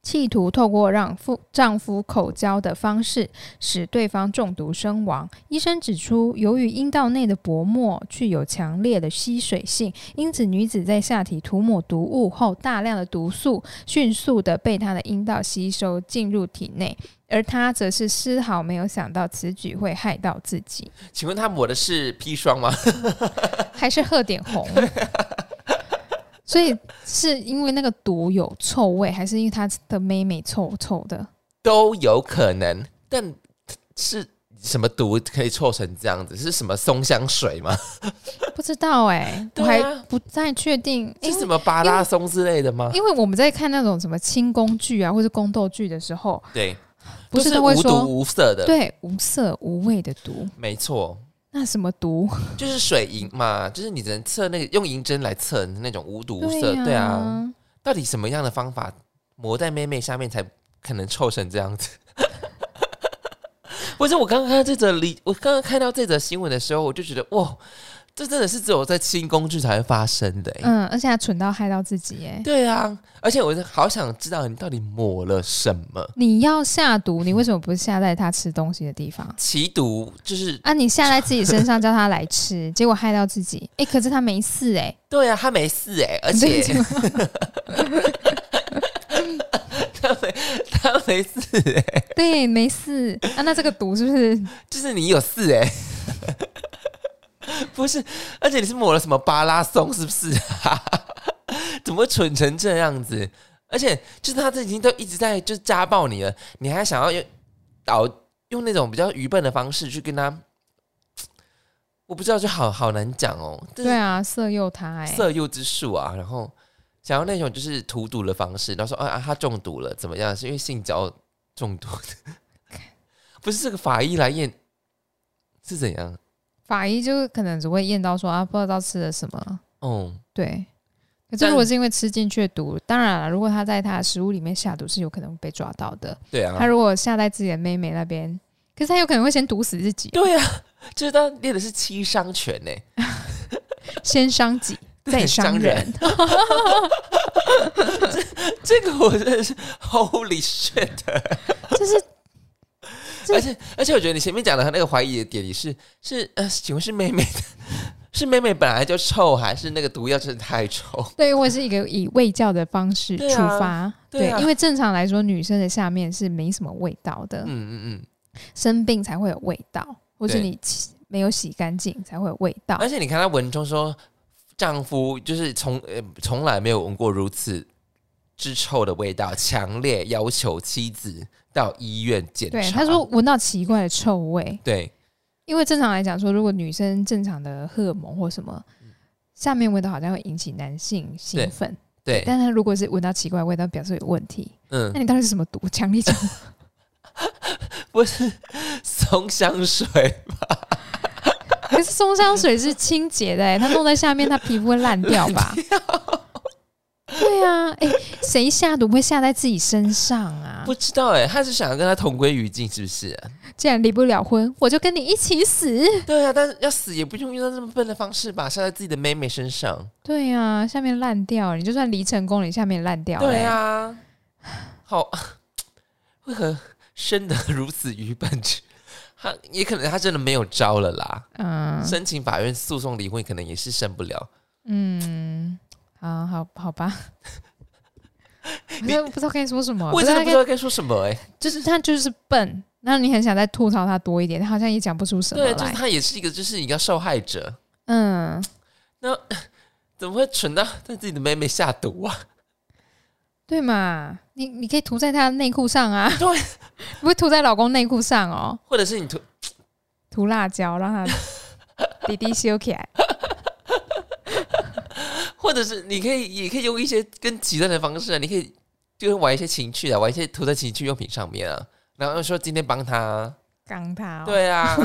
[SPEAKER 1] 企图透过让夫丈夫口交的方式使对方中毒身亡。医生指出，由于阴道内的薄膜具有强烈的吸水性，因此女子在下体涂抹毒物后，大量的毒素迅速的被她的阴道吸收进入体内，而她则是丝毫没有想到此举会害到自己，
[SPEAKER 2] 请问他抹的是砒霜吗？
[SPEAKER 1] 还是喝点红。所以是因为那个毒有臭味，还是因为她的妹妹臭臭的？
[SPEAKER 2] 都有可能，但是什么毒可以臭成这样子？是什么松香水吗？
[SPEAKER 1] 不知道哎、我还
[SPEAKER 2] 对啊
[SPEAKER 1] 不太确定，因
[SPEAKER 2] 是
[SPEAKER 1] 为
[SPEAKER 2] 什么巴拉松之类的吗？
[SPEAKER 1] 因为我们在看那种什么轻功剧啊，或是宫斗剧的时候，
[SPEAKER 2] 对，
[SPEAKER 1] 不
[SPEAKER 2] 都
[SPEAKER 1] 都会
[SPEAKER 2] 无
[SPEAKER 1] 说
[SPEAKER 2] 毒无色的，
[SPEAKER 1] 对无色无味的毒，
[SPEAKER 2] 没错，
[SPEAKER 1] 那什么毒？
[SPEAKER 2] 就是水银嘛，就是你只能测那个用银针来测那种无毒无色，
[SPEAKER 1] 对
[SPEAKER 2] 对啊，，到底什么样的方法抹在妹妹下面才可能臭成这样子？ 不是，我刚刚看到这则理，我刚刚看到这则新闻的时候，我就觉得哇，这真的是只有在新工具才会发生的、欸。
[SPEAKER 1] 嗯，而且还蠢到害到自己耶。
[SPEAKER 2] 对啊，而且我是好想知道你到底抹了什么。
[SPEAKER 1] 你要下毒，你为什么不是下在他吃东西的地方？
[SPEAKER 2] 奇毒就是
[SPEAKER 1] 啊，你下在自己身上叫他来 吃，结果害到自己。哎、可是他没事哎、
[SPEAKER 2] 对啊，他没事哎、而
[SPEAKER 1] 对
[SPEAKER 2] 且
[SPEAKER 1] 结果
[SPEAKER 2] 他没他没事哎、
[SPEAKER 1] 对没事啊。那这个毒是不 是？
[SPEAKER 2] 就是你有事哎、 不是，而且你是抹了什么巴拉松是不是、啊？ 怎么会蠢成这样子？而且就是他这已经都一直在就家暴你了，你还想要用导用那种比较愚笨的方式去跟他，我不知道，就好好难讲哦。但
[SPEAKER 1] 对
[SPEAKER 2] 是
[SPEAKER 1] 啊，色诱他哎、
[SPEAKER 2] 色诱之术啊，然后想要那种就是荼毒的方式，然后说啊啊他中毒了怎么样？是因为性交中毒 的，不是这个法医来验是怎样？
[SPEAKER 1] 法医就可能只会验到说啊，不知道吃了什么。
[SPEAKER 2] 哦、
[SPEAKER 1] 对，可是
[SPEAKER 2] 但
[SPEAKER 1] 如果是因为吃进去的毒，当然啊了，如果他在他的食物里面下毒是有可能被抓到的。
[SPEAKER 2] 对啊
[SPEAKER 1] 他，如果下在自己的妹妹那边，可是他有可能会先毒死自己，
[SPEAKER 2] 对啊，就是他练的是七伤拳呢、
[SPEAKER 1] 先伤己，再伤
[SPEAKER 2] 伤
[SPEAKER 1] 人
[SPEAKER 2] 人。 这个我真的是 Holy shit！
[SPEAKER 1] 就是这
[SPEAKER 2] 而且而且我觉得你前面讲的那个怀疑的点，你是是呃，请问是妹妹的？ 是妹妹本来就臭，还是那个毒药真的太臭？
[SPEAKER 1] 对，我是一个以味教的方式
[SPEAKER 2] 对
[SPEAKER 1] 出
[SPEAKER 2] 啊
[SPEAKER 1] 发，
[SPEAKER 2] 对啊
[SPEAKER 1] 因为正常来说，女生的下面是没什么味道的，
[SPEAKER 2] 嗯嗯嗯。
[SPEAKER 1] 生病才会有味道，或是
[SPEAKER 2] 对
[SPEAKER 1] 你洗没有洗干净才会有味道。
[SPEAKER 2] 而且你看他文中说，丈夫就是从呃从来没有闻过如此之臭的味道，强烈要求妻子到医院检查。
[SPEAKER 1] 对，他说闻到奇怪的臭味，
[SPEAKER 2] 对，
[SPEAKER 1] 因为正常来讲说，如果女生正常的荷尔蒙或什么，下面味道好像会引起男性兴奋，
[SPEAKER 2] 嗯对对，
[SPEAKER 1] 但他如果是闻到奇怪的味道，表示有问题。
[SPEAKER 2] 嗯
[SPEAKER 1] 那，你到底是什么毒？强力讲，
[SPEAKER 2] 不是松香水，
[SPEAKER 1] 可是松香水是清洁的、欸，它弄在下面，它皮肤会烂掉 吧？对啊，哎、谁下毒会下在自己身上 啊
[SPEAKER 2] 不？知道哎、他是想要跟他同归于尽，是 不是、
[SPEAKER 1] 既然离不了婚，我就跟你一起死。
[SPEAKER 2] 对啊，但是要死也不用用到这么笨的方式吧，杀在自己的妹妹身上。
[SPEAKER 1] 对啊，下面烂掉，你就算离成功，你下面也烂掉、欸。
[SPEAKER 2] 对啊，好， 为何生得如此愚笨？他也可能他真的没有招了啦。
[SPEAKER 1] 嗯，
[SPEAKER 2] 申请法院诉讼离婚，可能也是生不了。
[SPEAKER 1] 嗯，啊，好好吧。我真的不知道该说什么，
[SPEAKER 2] 我也真的不
[SPEAKER 1] 不
[SPEAKER 2] 知
[SPEAKER 1] 知道
[SPEAKER 2] 道该说什么哎、
[SPEAKER 1] 该就是他就是笨，那你很想再吐槽他多一点，他好像也讲不出什么
[SPEAKER 2] 对，就是
[SPEAKER 1] 来。
[SPEAKER 2] 他也是一个，就是一个受害者，
[SPEAKER 1] 嗯，
[SPEAKER 2] 怎么会蠢到对自己的妹妹下毒啊？
[SPEAKER 1] 对嘛，你你可以涂在他内裤上啊，
[SPEAKER 2] 对，
[SPEAKER 1] 不会涂在老公内裤上哦，
[SPEAKER 2] 或者是你突
[SPEAKER 1] 涂辣椒让他滴滴修起来。
[SPEAKER 2] 或者是你可以也可以用一些更极端的方式啊，你可以就是玩一些情趣啊，玩一些涂在情趣用品上面啊，然后说今天帮他，
[SPEAKER 1] 哦 刚他、哦，
[SPEAKER 2] 对啊，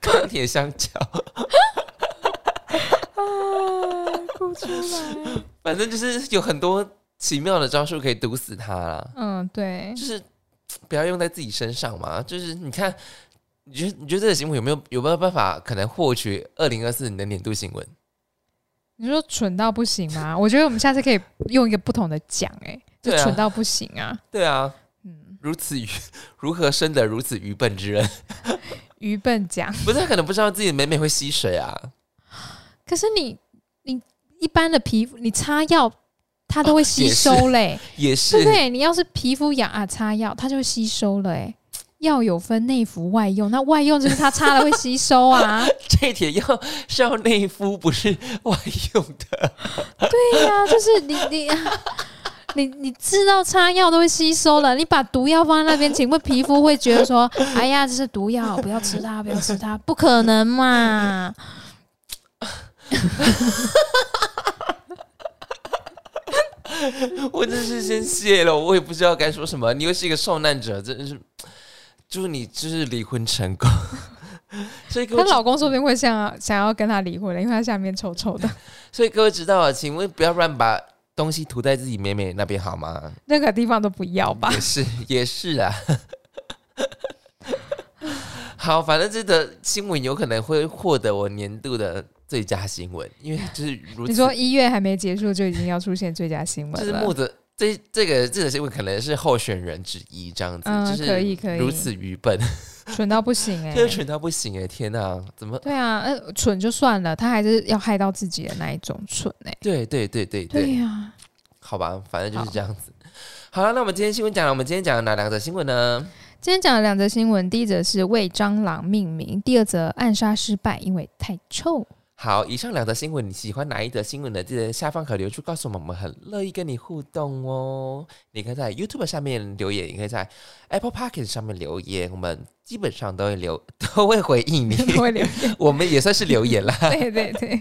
[SPEAKER 2] 钢铁香蕉，
[SPEAKER 1] 啊哭出来。
[SPEAKER 2] 反正就是有很多奇妙的招数可以毒死他啦，
[SPEAKER 1] 嗯，对
[SPEAKER 2] 就，是不要用在自己身上嘛。就是你看，你觉得你觉得这个行为有没有有没有办法可能获取二零二四年的年度新闻？
[SPEAKER 1] 你说蠢到不行吗？我觉得我们下次可以用一个不同的讲，哎，就
[SPEAKER 2] 对啊
[SPEAKER 1] 蠢到不行啊，
[SPEAKER 2] 对啊，
[SPEAKER 1] 嗯，
[SPEAKER 2] 如此愚 如何生得如此愚笨之人？
[SPEAKER 1] 愚笨讲。
[SPEAKER 2] 不是他可能不知道自己每每会吸水啊，
[SPEAKER 1] 可是你你一般的皮肤，你擦药它都会吸
[SPEAKER 2] 哦也是
[SPEAKER 1] 收嘞、
[SPEAKER 2] 也
[SPEAKER 1] 对
[SPEAKER 2] 是
[SPEAKER 1] 不对？你要是皮肤痒啊，擦药它就会吸收了、哎，药有分内服外用，那外用就是它擦了会吸收 啊。
[SPEAKER 2] 这帖药是要内敷，不是外用的。
[SPEAKER 1] 对呀、就是你你。 你你知道擦药都会吸收了，你把毒药放在那边，请问皮肤会觉得 说：“哎呀，这是毒药，不要吃它，不要吃它，不可能嘛
[SPEAKER 2] 我真是先谢了，我也不知道该说什么。你又是一个受难者，真是，祝你就是离婚成功。 所以！”各
[SPEAKER 1] 她
[SPEAKER 2] 位，
[SPEAKER 1] 老公说不定会想要想要跟她离婚了，因为她下面臭臭 的，
[SPEAKER 2] 所以各位知道啊，请问不要乱把东西涂在自己妹妹那边好吗？
[SPEAKER 1] 任何地方都不要吧。
[SPEAKER 2] 也是 也是啊。好，反正这个新闻有可能会获得我年度的最佳新闻，因为就是如此
[SPEAKER 1] 你说一月还没结束就已经要出现最佳新
[SPEAKER 2] 就
[SPEAKER 1] 闻
[SPEAKER 2] 是
[SPEAKER 1] 了，
[SPEAKER 2] 木子这这个这个新闻可能是候选人之一，这样子，
[SPEAKER 1] 嗯
[SPEAKER 2] 就是
[SPEAKER 1] 可以可以
[SPEAKER 2] 如此愚笨，
[SPEAKER 1] 蠢到不行哎、
[SPEAKER 2] 真 的蠢到不行哎、天哪，怎么？
[SPEAKER 1] 对啊，呃，蠢就算了，她还是要害到自己的那一种蠢哎、
[SPEAKER 2] 对对对对对，
[SPEAKER 1] 对呀、
[SPEAKER 2] 好吧，反正就是这样子。好了，那我们今天新闻讲了，我们今天讲了哪两则新闻呢？
[SPEAKER 1] 今天讲了两则新闻，第一则是为蟑螂命名，第二则暗杀失败，因为太 臭。
[SPEAKER 2] 好，以上两则新闻，你喜欢哪一则新闻呢？记得下方可留言处告诉我们，我们很乐意跟你互动哦。你可以在 YouTube 上面留言，也可以在 Apple p o c k e t 上面留言，我们基本上都会留，都会回应你。
[SPEAKER 1] 会留言，
[SPEAKER 2] 我们也算是留言啦。
[SPEAKER 1] 对对对。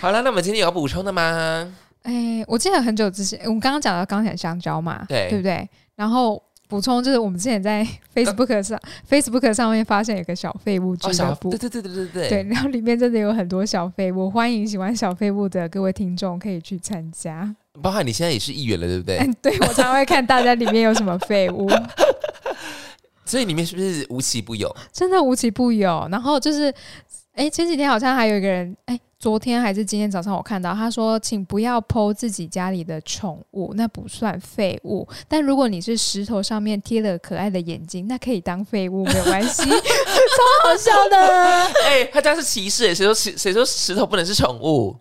[SPEAKER 2] 好了，那我们今天有要补充的吗？
[SPEAKER 1] 哎、我记得很久之前，我们刚刚讲到钢铁香蕉嘛，
[SPEAKER 2] 对
[SPEAKER 1] 对不对？然后补充就是，我们之前在 Facebook 上、Facebook 上面发现有个小废物俱
[SPEAKER 2] 哦，
[SPEAKER 1] 乐
[SPEAKER 2] 小
[SPEAKER 1] 部，
[SPEAKER 2] 对对对对对对
[SPEAKER 1] 对，然后里面真的有很多小废物，欢迎喜欢小废物的各位听众可以去参加。
[SPEAKER 2] 包含你现在也是议员了，对不对？
[SPEAKER 1] 嗯， 对我常会看大家里面有什么废物，
[SPEAKER 2] 所以里面是不是无奇不有？
[SPEAKER 1] 真的无奇不有。然后就是，哎，前几天好像还有一个人，哎，昨天还是今天早上我看到他说，请不要剖自己家里的宠物，那不算废物。但如果你是石头上面贴了可爱的眼睛，那可以当废物，没有关系， 超好笑的。
[SPEAKER 2] 哎、他家是歧视，谁说石谁说石头不能是宠物？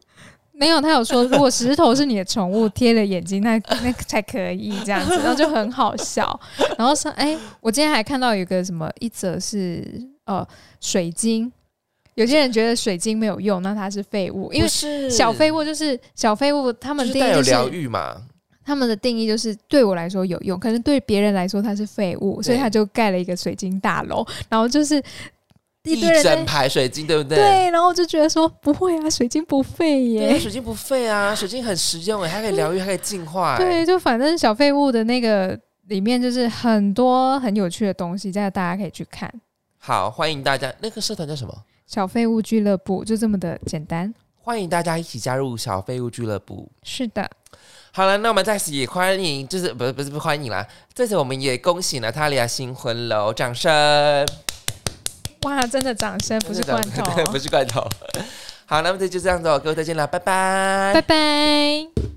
[SPEAKER 1] 没有，他有说，如果石头是你的宠物，贴了眼睛，那 那才可以这样子，然后就很好笑。然后上，哎、我今天还看到有个什么一则是呃水晶，有些人觉得水晶没有用，那它是废物，因为
[SPEAKER 2] 不是
[SPEAKER 1] 小废物就是小废物，他
[SPEAKER 2] 就
[SPEAKER 1] 们
[SPEAKER 2] 是
[SPEAKER 1] 定义
[SPEAKER 2] 带有
[SPEAKER 1] 就是
[SPEAKER 2] 疗愈嘛，
[SPEAKER 1] 他们的定义就是对我来说有用，可是对别人来说它是废物，所以
[SPEAKER 2] 对
[SPEAKER 1] 他就盖了一个水晶大楼，然后就是一
[SPEAKER 2] 一
[SPEAKER 1] 堆人在
[SPEAKER 2] 整排水晶，对不对？
[SPEAKER 1] 对，然后我就觉得说不会啊，水晶不废耶，
[SPEAKER 2] 对啊水晶不废啊，水晶很实用哎，还可以疗愈，还可以净化哎。
[SPEAKER 1] 对，就反正小废物的那个里面就是很多很有趣的东西，在大家可以去看。
[SPEAKER 2] 好，欢迎大家，那个社团叫什么？
[SPEAKER 1] 小废物俱乐部就这么的简单。
[SPEAKER 2] 欢迎大家一起加入小废物俱乐部。
[SPEAKER 1] 是的，
[SPEAKER 2] 好了，那我们在此也欢迎，就是不是不是不欢迎啦，在此我们也恭喜娜塔莉亚新婚喽，掌声！
[SPEAKER 1] 哇，真的掌声， 不是罐头
[SPEAKER 2] 对
[SPEAKER 1] 哦、
[SPEAKER 2] 不是罐头。好，那么这就这样子哦，各位再见了，拜拜，
[SPEAKER 1] 拜拜。